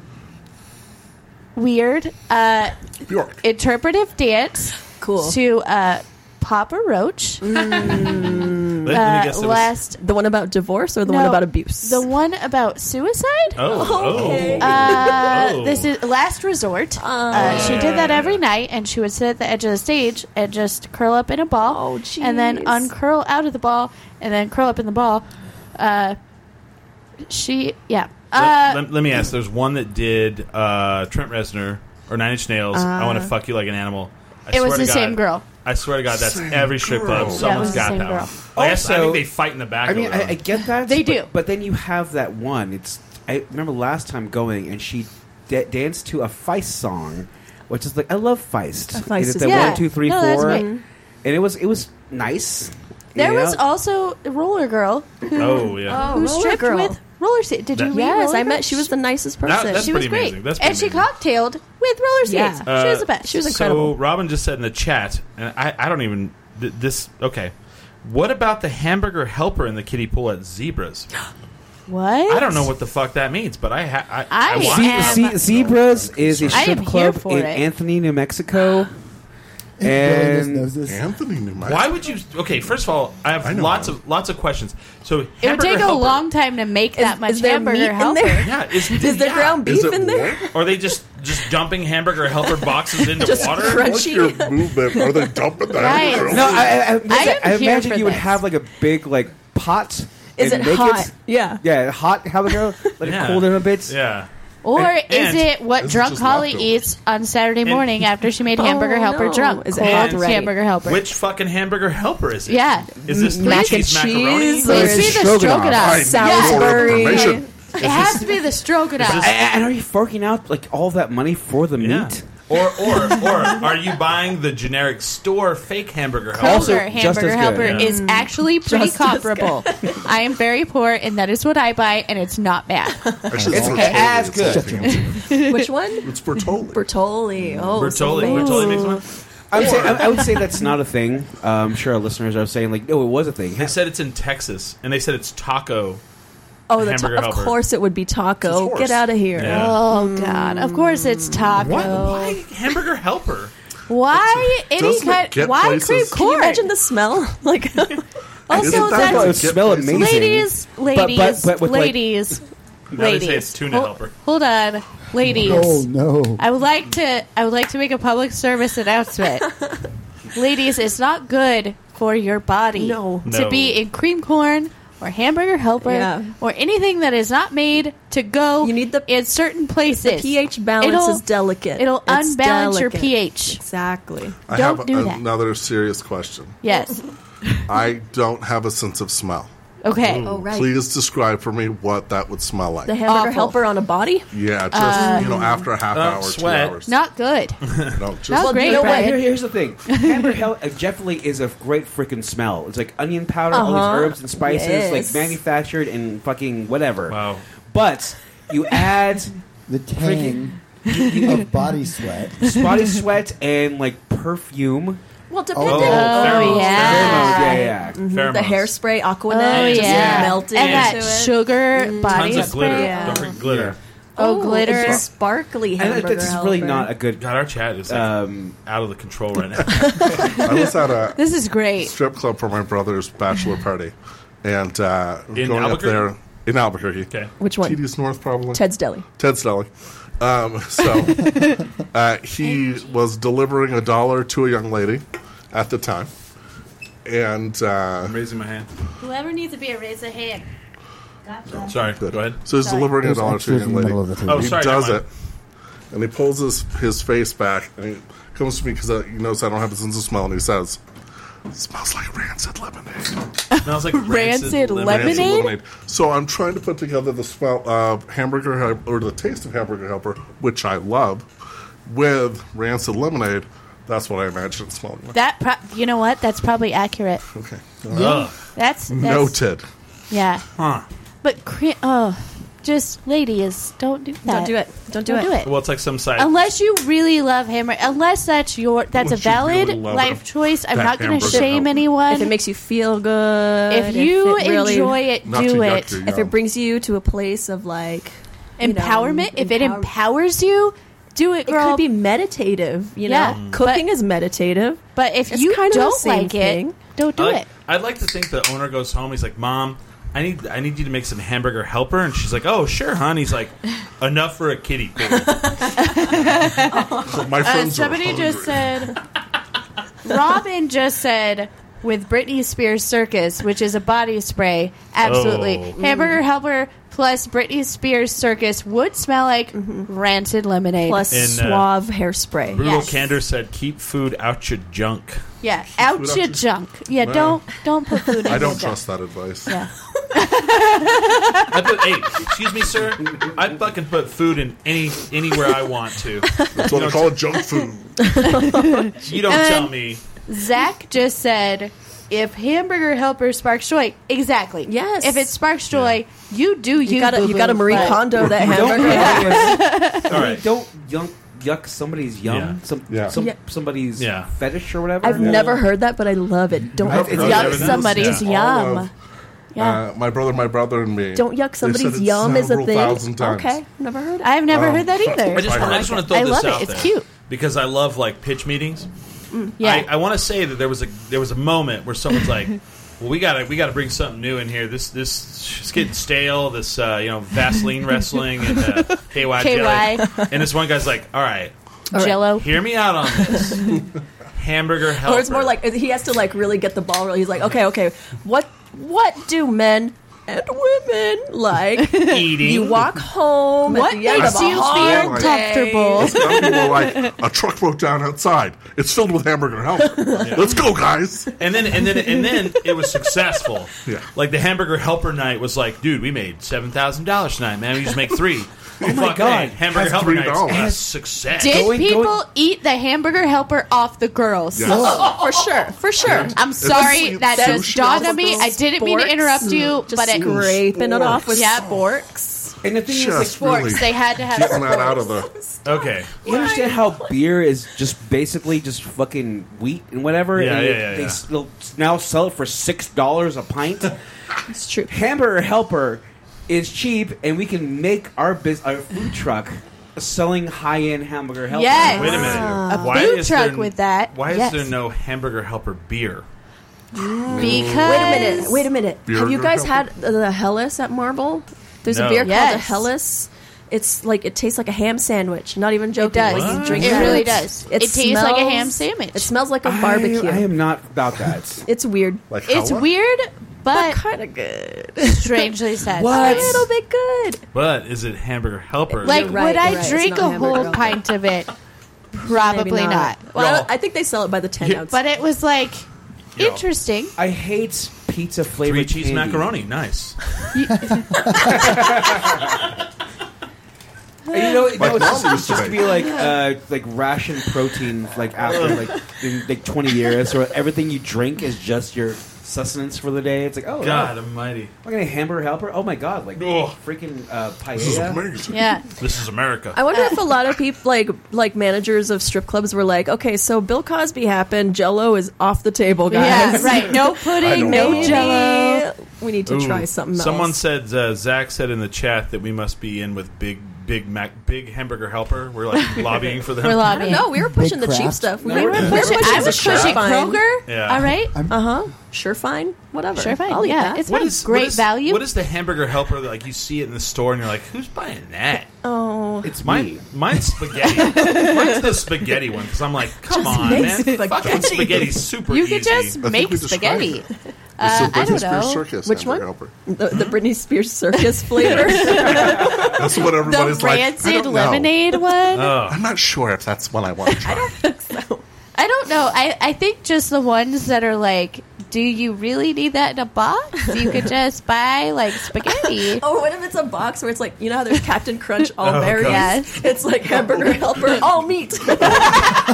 C: weird uh,
G: Bjork.
C: interpretive dance
F: Cool.
C: to uh, Papa Roach.
B: Let, let me
C: Uh,
B: guess it was-
C: last
F: The one about divorce or the one
C: no,
F: about abuse.
C: The one about suicide.
B: oh,
F: Okay.
B: oh.
C: Uh,
B: Oh.
C: This is last resort. Uh, she did that every night, and she would sit at the edge of the stage and just curl up in a ball,
F: Oh, jeez.
C: and then uncurl out of the ball, and then curl up in the ball. Uh, she, yeah. Uh,
B: let, let- let me ask. There's one that did uh, Trent Reznor or Nine Inch Nails. I want to fuck you like an animal. I
C: Uh, it was
B: swear to
C: the same
B: God-
C: girl.
B: I swear to God, that's
G: Same
B: every strip
G: girl.
B: club.
G: Yeah, it
B: Someone's
C: was the
B: got
C: same
B: that.
C: girl.
B: One. Like, I- I
E: Also-
B: think they fight in the back.
E: I mean,
B: of it.
E: I, I get that.
C: They
E: but-
C: do.
E: But then you have that one. It's I remember last time going, and she da- danced to a Feist song, which is like I love Feist.
F: A Feist
E: Is
F: is
E: it the
C: great.
E: one, two, three,
C: No, that's
E: four?
C: great.
E: And it was it was nice.
C: There
E: you
C: was
E: know?
C: also Roller Girl who,
B: oh yeah.
C: who
F: Roller
C: stripped
F: Girl.
C: with roller. Sta- did you?
B: That-
C: read
F: yes,
C: Roller
F: I
C: Girl?
F: met. She was the nicest person.
B: That- that's
C: She was
B: pretty
C: great,
B: amazing. That's
C: and she
B: pretty
C: cocktailed with roller skates.
F: Yeah.
C: she was the
B: Uh,
C: best.
F: She was incredible.
B: So Robin just said in the chat, and I, I don't even th- this. Okay, what about the hamburger helper in the kiddie pool at Zebras?
C: what?
B: I don't know what the fuck that means, but I ha- I,
C: I
B: I want
E: Ze-
C: am-
E: Ze- Zebras is a
C: I am
E: strip
C: here
E: club
C: for
E: in
C: it.
E: Anthony, New Mexico.
D: Billy just
E: and
D: knows this.
G: Anthony knew my.
B: Why would you? Okay, first of all, I have
G: I know
B: lots
G: why.
B: of lots of questions. So
C: It would
B: hamburger
C: take a
B: helper-
C: long time to make that much
F: is there meat
C: hamburger
F: in
C: helper.
F: there?
B: Yeah, is,
F: Is there
B: yeah.
F: ground beef
G: Is it
F: in there?
G: warm?
B: Are they just just dumping hamburger helper boxes into
F: Just
B: water?
F: crunch-
G: What's your movement? Are they dumping the
C: Right.
G: hamburger?
E: no, I, I, I,
C: am
E: I
C: here
E: imagine
C: for
E: you would
C: this.
E: have like a big like pot.
F: Is
E: and
F: it
E: make
F: hot? Yeah.
E: yeah, hot. How we go? Let
B: Yeah.
E: it cool down a bit.
B: Yeah.
C: Or
B: And-
C: is
B: and-
C: it what
G: This is
C: drunk
G: just
C: Holly
G: leftovers.
C: eats on Saturday morning after she made
F: Oh,
C: hamburger helper
F: no.
C: drunk?
F: Is it
C: called
B: half ready?
C: hamburger helper?
B: Which fucking hamburger helper is it?
C: Yeah.
B: Is this three
F: Mac and
B: cheese macaroni?
F: cheese?
C: Please
F: Or
C: be
F: is
C: the
E: it
C: stroganoff.
E: stroganoff?
G: I need more
F: Salisbury.
G: information.
C: It has to be the stroganoff.
B: this-
E: And, and are you forking out like all that money for the
B: Yeah.
E: meat?
B: Or or or are you buying the generic store fake hamburger helper?
E: Also,
C: Kroger
E: just as
C: hamburger
E: good,
C: helper
B: yeah.
C: is actually pretty
F: Just as
C: comparable. I am very poor, and that is what I buy, and it's not bad.
G: Actually, it's
E: okay.
G: Bertolli.
E: As
G: It's something else.
F: Which one?
G: It's Bertolli.
F: Bertoli. Oh,
B: Bertoli.
F: so-
B: Bertoli makes one.
E: I would, say, I, I would say that's not a thing. Uh, I'm sure our listeners are saying like, no, it was a thing.
B: They said it's in Texas, and they said it's taco.
F: Oh, the ta-
B: Hamburger
F: of
B: helper.
F: course it would be
G: It's
F: taco.
G: horse.
F: Get out of here.
B: Yeah.
C: Oh God! Of course, it's taco.
B: What? Why hamburger helper?
C: Why any
G: Doesn't it
C: kind?
G: get
C: Why
G: places-
C: cream
G: Can
F: Can you
C: corn?
F: imagine the smell? Like,
G: Isn't
C: also,
G: that
C: that's
G: what
E: It
G: it
E: would smell
G: gets places?
E: amazing.
C: Ladies, ladies,
E: but- but with, like-
C: ladies,
B: they
C: ladies.
B: say it's tuna
C: Hol-
B: helper.
C: Hold on, ladies.
D: Oh no!
C: I would like to. I would like to make a public service announcement, ladies. It's not good for your body
F: No.
C: to
B: No.
C: be in cream corn or hamburger helper
F: Yeah.
C: or anything that is not made to go.
F: You need the-
C: in certain places.
F: pH balance
C: It'll-
F: is delicate.
C: It'll
F: It's
C: unbalance your
F: delicate.
C: pH.
F: Exactly.
G: I
C: Don't
G: have
C: do that.
G: another serious question.
C: Yes.
G: I don't have a sense of smell.
C: Okay.
F: Oh, right.
G: Please describe for me what that would smell like.
F: The hamburger
C: Awful.
F: helper on a body?
G: yeah, just you know, after a half
B: don't
G: hour,
B: sweat.
G: two hours.
C: Not good.
G: no, just
C: Not great.
F: you know what?
C: Brad.
E: Here- here's the thing. Hamburger hell uh, definitely is a great freaking smell. It's like onion powder, all
F: Uh-huh.
E: these herbs and spices,
F: Yes.
E: like manufactured and fucking whatever.
B: Wow.
E: But you add
D: The tang. of body sweat.
E: Spotty sweat and like perfume.
F: Well, depending
D: Oh,
B: pheromones.
F: Ah.
E: Pheromones,
C: yeah.
E: yeah, yeah.
F: Mm-hmm.
B: Pheromones.
F: the hairspray,
C: Oh
F: Aquanet, just
C: yeah,
F: melted
C: and that
F: into it.
C: sugar body
B: Tons of
C: spray.
B: glitter.
F: Yeah.
B: Don't forget glitter.
C: Oh, glitter.
F: it's a sparkly
E: And
F: hamburger.
E: that- that's just really
F: helper.
E: not a good.
B: God, our chat is like,
E: Um,
B: out of the control right now.
G: I was at a
C: This is great.
G: strip club for my brother's bachelor party, and uh,
B: In
G: going up
B: Albuquerque?
G: there in Albuquerque.
B: Okay.
F: Which one?
G: TD's North, probably.
F: Ted's Deli.
G: Ted's Deli. Um, so uh, he was delivering a dollar to a young lady at the time, and uh,
B: I'm raising my hand.
C: Whoever needs to be a raise a hand. Gotcha.
B: Sorry. Go ahead.
G: so he's delivering a
D: There's
G: dollar to a
D: extras
G: young
D: in the
G: lady.
D: middle of the table.
B: Oh,
G: he
B: sorry,
G: does
B: never
G: it,
B: mind.
G: and he pulls his his face back, and he comes to me because he knows I don't have a sense of smell, and he says, "Smells like rancid lemonade."
B: Smells like
C: Rancid
G: Rancid
C: Lemonade?
G: So I'm trying to put together the smell of hamburger Hel- or the taste of hamburger helper, which I love, with rancid lemonade. That's what I imagine it smelling like.
C: That pro- you know what? That's probably accurate.
G: Okay.
B: Ugh.
C: That's, that's
G: Noted.
C: Yeah,
B: Huh.
C: but cre- oh, just ladies, don't do that.
F: Don't do it. Don't do
C: Don't
F: it.
C: do it.
B: Well, it's like some side.
C: Unless you really love hammer, unless that's your that's
G: Unless
C: a
G: you really
C: valid
G: love
C: life
G: it.
C: choice. I'm
G: That
C: not going to
G: hamburger
C: shame
G: helper.
C: anyone.
F: If it makes you feel good,
C: If you
F: it really-
C: enjoy it,
G: Not
C: do
G: to yuck
C: it.
G: your
F: if
G: yum.
F: it brings you to a place of like you know,
C: Empowerment. if it
F: empower-
C: empowers you, do it,
F: it
C: girl.
F: could be meditative. You
C: Yeah,
F: know,
C: Mm.
F: cooking is meditative.
C: but if
F: it's
C: you
F: kind of the
C: don't
F: same
C: like
F: thing.
C: it, don't do
B: I like,
C: it.
B: I'd like to think the owner goes home. He's like, "Mom, I need I need you to make some hamburger helper," and she's like, "Oh, sure, hon." He's like, "Enough for a kiddie." pool."
G: So my friends
C: somebody
G: are
C: just
G: hungry.
C: said, Robin just said, with Britney Spears Circus, which is a body spray, absolutely.
G: Mm.
B: Oh.
C: Hamburger Helper plus Britney Spears Circus would smell like rancid lemonade.
F: Plus
B: And, uh,
F: suave hairspray.
B: Brutal
C: Yes.
B: Candor said, "Keep food out your junk."
C: yeah, out
G: Without
C: your
G: your-
C: junk. Yeah,
G: Wow.
C: don't don't put food. in
G: I
C: your
G: don't
C: junk.
G: trust that advice.
C: Yeah.
B: I put, hey, excuse me, sir. I fucking put food in any anywhere I want to.
G: That's what I call it junk food.
B: You don't tell me.
C: Zach just said, if hamburger helper sparks joy, exactly.
F: Yes.
C: If it sparks joy, you do you.
F: You got to you
C: boo-boo,
F: got to Marie
C: but-
F: Kondo that
E: Don't,
F: hamburger.
B: All right.
E: don't yuck, yuck somebody's yum,
B: Yeah.
E: some,
G: Yeah.
E: some
F: Yeah.
E: somebody's
B: Yeah.
E: fetish or whatever.
F: I've never heard that, but I love it. Don't
G: I've
F: it's
G: heard
B: that.
F: yuck somebody's
G: Yeah. All
F: yum.
G: of-
C: Yeah.
G: Uh, my brother, my brother, and me.
F: Don't yuck
G: They said
F: somebody's
G: it
F: yum is a
G: several
F: thing.
G: thousand times.
F: Okay, never heard. It.
C: I've
G: Oh,
C: never heard that
B: I
C: either.
B: just, want, I just want to throw
C: I
B: this
C: love it.
B: out
C: It's
B: there
C: cute.
B: because I love like pitch meetings.
C: Yeah.
B: I, I want to say that there was a there was a moment where someone's like, "Well, we gotta we gotta bring something new in here. This this it's getting stale. This uh, you know Vaseline wrestling and uh, KY,
C: KY.
B: jelly." And this one guy's like, "All right,
C: Jello.
B: hear me out on this hamburger helper."
F: Or it's more like uh, he has to like really get the ball rolling. He's like, okay, okay, what what do men and women like?
B: eating.
F: you walk home.
C: What
F: at the end
G: makes
F: of a
G: you feel
F: hard day.
C: comfortable?
G: Some people are like, a truck broke down outside. It's filled with hamburger helper. Let's go, guys.
B: and then and then and then it was successful.
G: Yeah.
B: Like the hamburger helper night was like, dude, we made seven thousand dollars tonight, man. We just make three. Oh
E: my God.
B: hamburger
G: That's
B: helper night
G: $3.
B: is success.
C: Did
E: Going-
C: people
E: going-
C: eat the hamburger helper off the girls?
G: Yes.
F: for sure, for sure.
C: Oh, I'm sorry,
G: sweet
C: that
G: sushi.
C: just dawned on me. I didn't mean to
F: Sporks.
C: interrupt you,
F: Just
C: but it
F: scraping it off with
C: Yeah.
F: forks.
E: And the thing
G: Just
E: is, like,
C: forks.
G: really
C: They had to have
G: getting that
C: sporks.
G: out of the.
B: Okay.
E: you understand how beer is just basically just fucking wheat and whatever.
B: Yeah,
E: and
B: yeah,
E: it-
B: yeah,
E: They
B: yeah.
E: s- they'll now sell it for six dollars a pint.
F: It's true.
E: Hamburger Helper is cheap, and we can make our bus- our food truck selling high end hamburger helper.
C: Yes.
B: Wait a minute.
C: A food truck with that.
B: Why
C: Yes.
B: is there no hamburger helper beer?
C: because
F: Wait a minute. Wait a minute.
G: Beer
F: Have you
G: or
F: guys
G: coffee?
F: had the Hellas at Marble? There's
B: No.
F: a beer called the
C: Yes.
F: Hellas. It's like it tastes like a ham sandwich. Not even joking.
C: It does.
F: Like you drink
C: It
F: that.
C: really does. It, tastes like a
F: smells-
C: ham sandwich.
F: It smells like a barbecue.
E: I, I am not about that.
F: it's weird,
G: Like
C: it's
G: how-
C: weird,
F: but
C: but
F: kind of good.
C: strangely sad.
F: a
E: What?
F: little bit good.
B: But is it hamburger helper?
C: Like,
F: You're right,
C: would I
F: you're right. It's
C: drink
F: not
C: a
F: hamburger
C: whole
F: helper.
C: pint of it? Probably
F: Maybe
C: not.
F: Well, I,
B: No.
F: don't- I think they sell it by the ten
B: Yeah,
F: ounce.
C: But it was like
B: Yo.
C: interesting.
E: I hate pizza flavored
B: three cheese
E: candy.
B: macaroni. Nice.
E: And you know,
G: Like
E: no, it's just,
G: mom
E: it's
G: used to
E: just to
G: make.
E: be like uh, like ration protein like after like in like twenty years, or everything you drink is just your sustenance for the day. It's like, oh,
B: God
E: oh,
B: Almighty,
E: I'm gonna hamburger helper. Oh my god, like
B: Ugh.
E: freaking uh,
G: This is
E: paella.
G: amazing.
C: Yeah.
B: this is America.
F: I wonder if a lot of people, like like managers of strip clubs, were like, okay, so Bill Cosby happened. Jello is off the table, guys.
C: Yeah, right. No pudding,
F: No
C: no jello.
F: Jello. We need to
B: Ooh.
F: try something else.
B: Someone said uh, Zach said in the chat that we must be in with big Big Mac, Big Hamburger Helper. We're like lobbying for them.
C: We're lobbying.
F: No, we were pushing the cheap
D: craft.
F: stuff.
C: we were pushing. I was pushing Kroger.
B: Yeah.
C: All right.
F: Uh huh. Sure, fine. Whatever.
C: Sure, fine.
F: I'll eat
C: yeah,
F: that.
C: it's been great
B: is-
C: value.
B: What is the hamburger helper that like you see it in the store and you're like, who's buying that?
F: oh,
E: It's
B: Mine,
E: me.
B: mine's spaghetti. mine's the spaghetti one because I'm like, come on,
F: make
B: man,
F: spaghetti.
B: fucking spaghetti's super
C: you
B: easy.
C: could just
G: I think
C: make
G: we described
C: spaghetti.
G: it.
C: Uh,
G: It's the
C: I don't
G: Britney Spears
C: know.
G: circus.
F: Which
G: Hamburger Helper.
F: one? the, the Britney Spears circus flavor.
G: That's what
C: the
G: everybody's like. I
C: rancid
G: don't know.
C: lemonade one.
B: oh,
G: I'm not sure if that's one I want to try.
C: I don't know. I, I think just the ones that are like, do you really need that in a box? You could just buy like spaghetti.
F: Or what if it's a box where it's like, you know how there's Captain Crunch all
B: Oh,
F: berries?
C: God.
F: It's like hamburger helper all meat.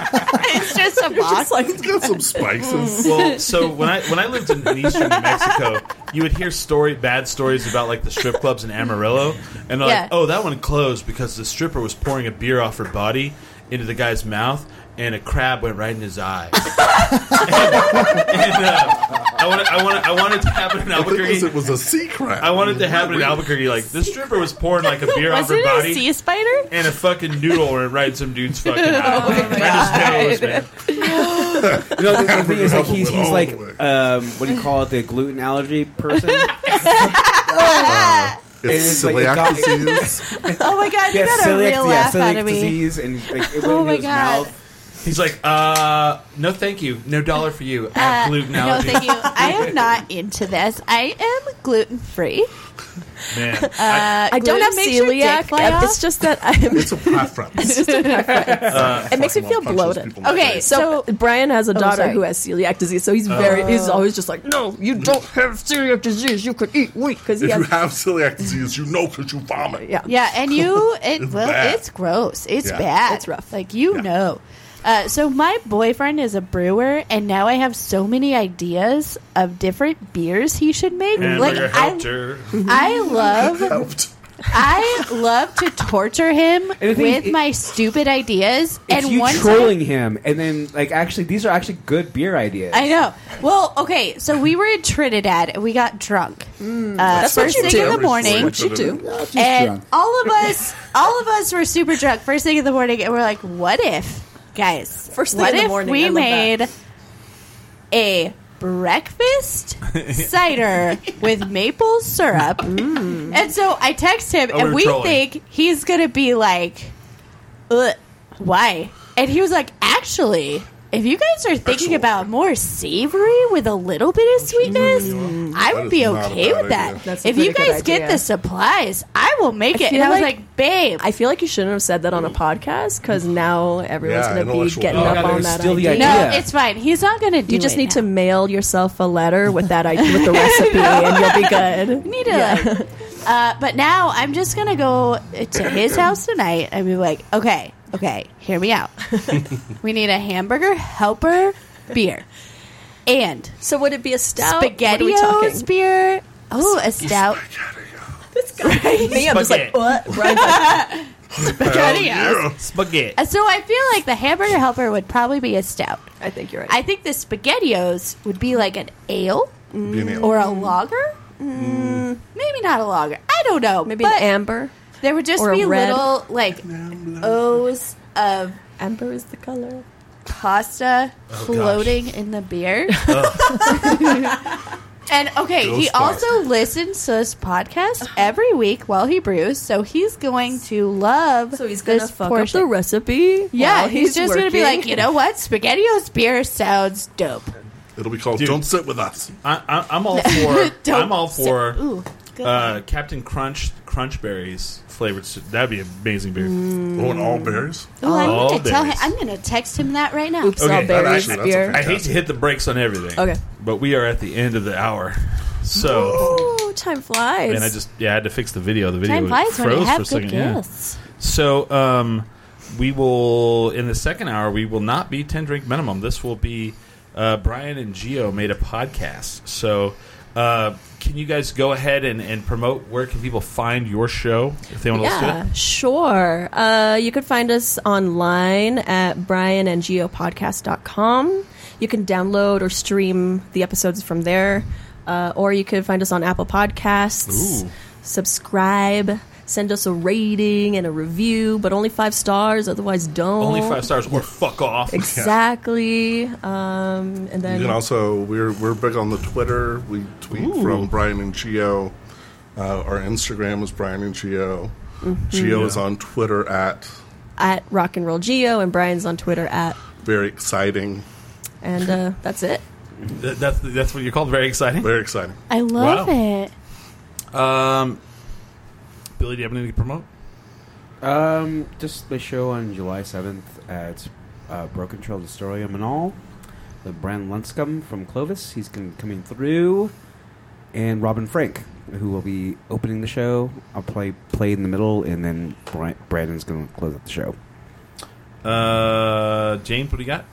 C: It's just a box.
F: It's like
G: It's got some spices.
B: well, so when I when I lived in, in eastern New Mexico, you would hear story bad stories about like the strip clubs in Amarillo, and they're
C: Yeah.
B: like, oh, that one closed because the stripper was pouring a beer off her body into the guy's mouth, and a crab went right in his eye. and, and, uh, I want I want I wanted to happen in
G: I think it
B: Albuquerque.
G: was, it was a sea crab.
B: I wanted to have it in Albuquerque. Like this stripper was pouring like a beer off
C: Was
B: her
C: it a
B: body
C: sea spider?
B: and a fucking noodle went right in some dude's fucking
C: Oh
B: eye. I just know it was me.
E: You know, the thing is, like, he's,
G: All
E: he's
G: the
E: like,
G: way.
E: um, what do you call it? The gluten allergy person.
G: It's
C: Ah.
E: It's like
G: celiac
E: a guy-
G: disease.
C: Oh my god, you
E: yeah,
C: got a
E: celiac,
C: real
E: yeah,
C: laugh out
E: celiac
C: of me.
E: disease, and like, it went
C: Oh
E: into
C: my
E: his
C: God.
E: mouth.
B: He's like, uh, no, thank you, no dollar for you. I have
C: Uh,
B: gluten
C: no,
B: allergy.
C: thank you. I am not into this. I am Uh, gluten free.
B: Man, I,
F: I don't have celiac. It's just that I'm.
G: It's a preference.
F: it makes me feel
G: Punches
F: bloated.
G: Uh, people in the
C: Okay,
G: face.
F: So, Oh, Brian has a daughter
C: sorry.
F: who has celiac disease, so he's
G: Uh.
F: very he's always just like, no, you don't have celiac disease. You could eat wheat because he
G: Mm. if you
F: has.
G: have celiac disease, you know because you vomit.
F: Yeah.
C: Yeah, and you, it,
G: It's
C: well,
G: bad.
C: it's gross. It's
G: Yeah.
C: bad.
F: It's rough.
C: Like you know. Uh, so my boyfriend is a brewer, and now I have so many ideas of different beers he should make. like
B: hamburger
C: I,
B: helper.
C: I love,
G: Helped.
C: I love to torture him
E: the
C: with
E: thing is, it-
C: my stupid ideas.
E: It's
C: and
E: you
C: one time-
E: trolling him, and then like actually, these are actually good beer ideas.
C: I know. Well, okay, so we were in Trinidad and we got drunk. uh,
F: Mm. That's what
C: first
F: you
C: thing
F: do.
C: in the morning.
F: What you do?
D: Yeah, just
C: and
D: drunk.
C: all of us, all of us were super drunk first thing in the morning, and we're like, "What if, guys?
F: First thing
C: what
F: in the
C: if
F: morning,
C: we
F: I love
C: made a breakfast cider with maple syrup?"
G: Mm.
C: And so I text him,
B: Oh, we
C: and
B: were
C: we
B: trolling.
C: think he's gonna be like, "Ugh, "Why?" And he was like, "Actually." If you guys are thinking
G: Actually.
C: about more savory with a little bit of sweetness, I
G: That
C: would be
G: is not a
C: okay
G: bad
C: with that.
G: idea.
F: That's a
C: if you
F: pretty good
C: guys get
F: idea.
C: the supplies. I will make
F: I
C: it.
F: feel
C: And I was
F: like-
C: like, babe,
F: I feel like you shouldn't have said that on a podcast because now
G: Mm.
F: everyone's
G: Yeah,
F: going to be
G: intellectual
F: getting
G: property.
F: up
E: Oh, God,
F: on
E: it was
F: that.
E: still the
F: idea.
E: idea.
C: no,
E: yeah.
C: it's fine. He's not going to do
F: You just
C: it
F: need to
C: now.
F: mail yourself a letter with that idea, with the recipe, and you'll be good.
C: Need to, like- uh, but now I'm just going to go uh, to his house tonight and be like, okay, okay, hear me out. we need a hamburger helper beer and
F: So would it be a stout? What are we
C: SpaghettiOs
F: talking?
C: beer. Oh, a stout.
F: Me, I'm just like,
B: Spaghetti.
F: what? Brian's like,
C: SpaghettiOs.
B: Spaghetti.
C: Uh, So I feel like the hamburger helper would probably be a stout.
F: I think you're right.
C: I think the SpaghettiOs would be like an ale.
G: Or
C: or a lager? Mm. Maybe not a lager. I don't know.
F: Maybe
C: but
F: an amber.
C: there would just
F: or a
C: be
F: red.
C: little like O's of
F: Amber is the color.
C: pasta
F: Oh,
C: floating in the beer. and okay, he
G: Ghost pasta.
C: also listens to this podcast every week while he brews, so he's going to love.
F: So he's going to
C: this
F: fuck
C: portion.
F: up the recipe.
C: Yeah,
F: while
C: he's, just going to be
F: working.
C: like, you know what, SpaghettiOs beer sounds dope.
G: It'll be called
B: Dude.
G: Don't Sit With Us.
B: I, I, I'm all for.
C: Don't
B: I'm all
C: say-
B: for.
C: Ooh, good.
B: uh, Captain Crunch Crunchberries flavored. s- That'd be amazing beer.
C: Mm.
G: Oh, and all berries.
C: Ooh, I'm
B: all
C: going to tell him.
B: berries.
C: I'm going to text him that right now.
F: oops,
B: Okay,
F: all
B: that
F: berries
G: actually- that's
F: beer.
G: okay.
B: I hate to hit the brakes on everything.
F: Okay.
B: but we are at the end of the hour, so
F: Ooh, time flies.
B: and I just yeah I had to fix the video. The video
C: Time flies
B: froze
C: when you
B: for a
C: have good
B: second. yeah.
C: guests.
B: So um, we will in the second hour we will not be ten drink minimum. This will be uh, Brian and Geo made a podcast. So, uh, can you guys go ahead and, and promote? Where can people find your show if they want to listen to it?
F: Yeah, sure. Uh, you can find us online at brianandgeopodcast.com. You can download or stream the episodes from there, uh, or you can find us on Apple Podcasts.
B: Ooh.
F: Subscribe. Send us a rating and a review, but only five stars. Otherwise, don't.
B: Only five stars or fuck off.
F: Exactly. Um, and
G: You
F: then
G: can also we're we're big on the Twitter. We tweet from Brian and Geo. Uh, our Instagram is Brian and Geo.
B: Mm-hmm.
G: Geo is on Twitter at
F: at Rock and Roll Geo, and Brian's on Twitter at,
G: very exciting.
F: and uh, that's it.
B: Th- That's that's what you called very exciting.
G: Very exciting.
C: I love
B: Wow.
C: it.
B: Um, Billy, do you have anything to promote?
E: Um, just the show on July 7th at uh, Broken Trail Distillery and all. The Bran Lunscombe from Clovis, he's con- coming through. And Robin Frank, who will be opening the show. I'll play play in the middle, and then Bri- Brandon's going to close up the show.
B: Uh, James, what do you got?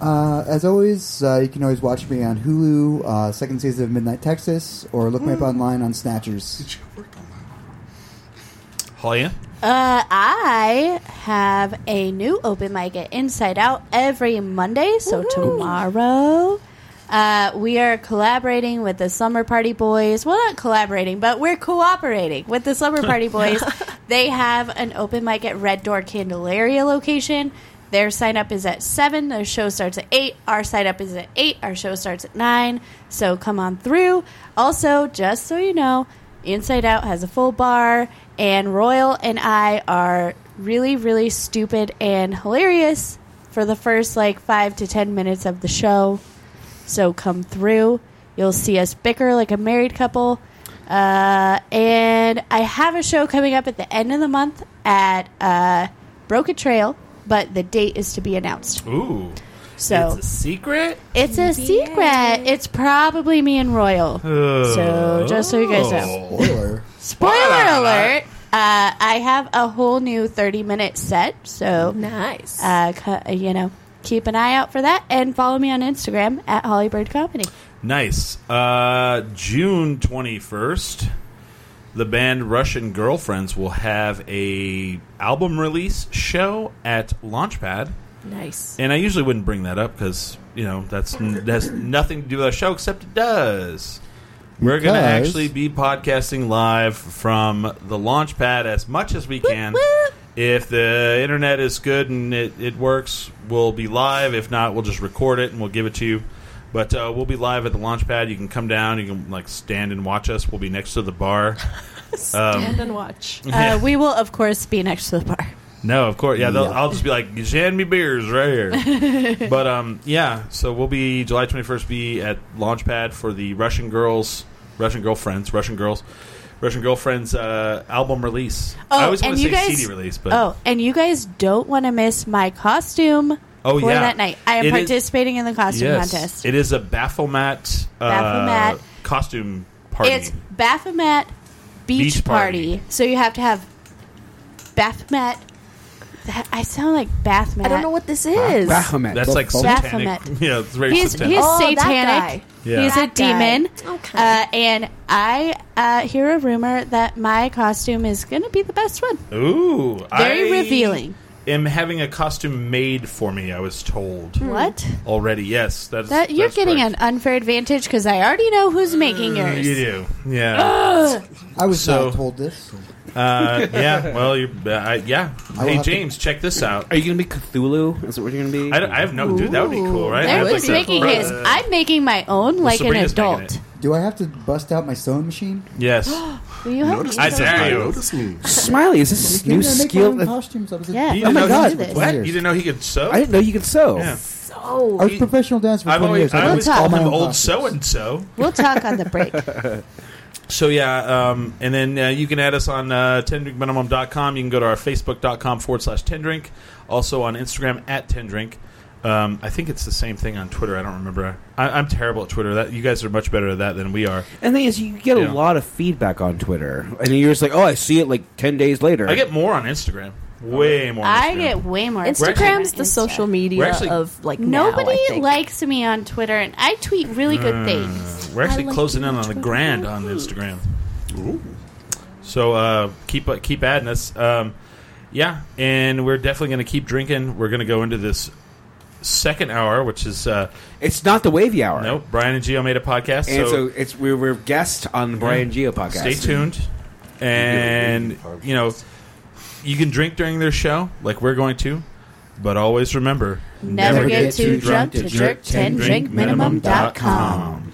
D: Uh, as always, uh, you can always watch me on Hulu, uh, second season of Midnight Texas, or look me up online on Snatchers.
G: Did you work on that?
B: Holly?
C: Uh, I have a new open mic at Inside Out every Monday, so tomorrow. Uh, we are collaborating with the Summer Party Boys. Well, not collaborating, but we're cooperating with the Summer Party Boys. they have an open mic at Red Door Candelaria location. Their sign up is at 7. Their show starts at 8. Our sign up is at 8. Our show starts at 9. So come on through. Also, just so you know, Inside Out has a full bar, and Royal and I are really, really stupid and hilarious for the first like five to ten minutes of the show. So come through. You'll see us bicker like a married couple. Uh, and I have a show coming up at the end of the month at uh, Broken Trail, but the date is to be announced.
B: Ooh,
C: So
B: it's a secret.
C: it's a secret. It's probably me and Royal. So just so you guys
B: Oh.
C: know.
D: Spoiler.
C: Spoiler alert! Uh, I have a whole new 30 minute set, so
F: Nice.
C: uh, cu- you know, keep an eye out for that and follow me on Instagram at Hollybird Comedy.
B: Nice. Uh, June 21st, the band Russian Girlfriends will have a album release show at Launchpad.
F: nice.
B: And I usually wouldn't bring that up because, you know, that's n- that's nothing to do with our show, except it does. We're going to
D: Because-
B: actually be podcasting live from the Launchpad as much as we can.
C: whoop.
B: If the internet is good and it, it works, we'll be live. If not, we'll just record it and we'll give it to you. But uh, we'll be live at the Launchpad. You can come down. You can like stand and watch us. We'll be next to the bar. Um,
F: Stand and watch.
C: Uh, we will, of course, be next to the bar.
B: No, of course. Yeah, they'll I'll just be like, "You hand me beers right here. but um, yeah, so we'll be July 21st, be at Launchpad for the Russian Girls, Russian Girlfriends, Russian Girls, Russian Girlfriends uh, album release. I always want to say CD release, but
C: oh, and you guys don't want to miss my costume
B: Oh,
C: for
B: yeah.
C: that night. I am
B: It is-
C: participating in the costume
B: yes,
C: contest.
B: it is a Baphomet, uh,
C: Baphomet.
B: costume party.
C: It's Baphomet Beach,
B: Beach
C: party.
B: party.
C: so you have to have Baphomet. That- I sound like Bathmat.
F: I don't know what this is.
E: Baphomet.
B: That's like satanic.
C: Baphomet.
B: Yeah, it's very
C: He's,
B: satanic.
C: he's
F: Oh, that
C: satanic.
F: guy.
B: Yeah.
C: He's a
F: That guy.
C: demon.
F: Okay.
C: Uh, and I uh, hear a rumor that my costume is going to be the best one.
B: Ooh,
C: Very
B: I
C: revealing.
B: Am having a costume made for me. I was told.
F: Hmm.
C: What?
B: already. Yes, that's
C: Hmm. That you're
B: that's
C: getting
B: correct.
C: an unfair advantage because I already know
F: Hmm.
C: who's making yours.
B: You do, yeah,
D: I was
B: So-
D: not told this.
B: uh, yeah. Well, you, uh, I- yeah.
D: will
B: hey,
D: have to-
B: James, check this out.
E: Are you going to be Cthulhu? Is that what you're going to be?
B: I, don't- I have no dude. That would be cool, right?
C: They're
B: I'd
C: just
B: to-
C: making his. I'm making my own like
B: Sabrina's
C: an
B: making
C: adult.
B: it.
D: Do I have to bust out my sewing machine?
B: Yes,
C: Will you help
G: Notice
C: me?
B: I
G: me.
B: dare you.
G: Notice me.
E: Smiley, is this
D: Didn't
E: new
D: I make my
E: skill?
D: own costumes? I was a-
B: You
C: Yeah. Oh
B: didn't
C: my
B: know
C: God.
B: he-
C: Do this.
B: What? You didn't know he could sew?
E: I didn't know you could sew.
B: Yeah.
F: So
D: I was a professional dancer for
B: I've
D: 20
B: always,
D: years. I
B: I always
D: made
C: talk.
D: all
B: called
D: my
B: him
D: own
B: old
D: costumes.
B: so and so.
C: We'll talk on the break.
B: So yeah, um, and then uh, you can add us on uh, tendrinkminimum.com. You can go to our facebook.com forward slash tendrink. Also on Instagram at tendrink. Um, I think it's the same thing on Twitter. I don't remember. I, I'm terrible at Twitter. That you guys are much better at that than we are.
E: And the thing is, you get
B: Yeah.
E: a lot of feedback on Twitter, and you're just like, "Oh, I see it like ten days later."
B: I get more on Instagram. Way more.
C: I
B: Instagram.
C: get way more.
F: Instagram's
C: Instagram.
F: the social media
B: We're actually-
F: of like now,
C: Nobody
F: I think.
C: likes me on Twitter, and I tweet really good things.
B: We're actually
F: I like
B: closing
F: to
B: in
F: eat
B: on a
F: what
B: grand
F: I
B: on Instagram.
G: Ooh.
B: So uh, keep keep adding us. Um, yeah, and we're definitely going to keep drinking. We're going to go into this second hour, which is uh,
E: It's not the wavy hour.
B: no. Brian and Gio made a podcast, so,
E: And so, it's we're, we're guests on the Brian Geo podcast.
B: stay tuned. And you know, you can drink during their show, like we're going to, but always remember
C: Never, get, too drunk, to jerk 10
B: drinkminimum.com.
C: drinkminimum.com.
E: Um,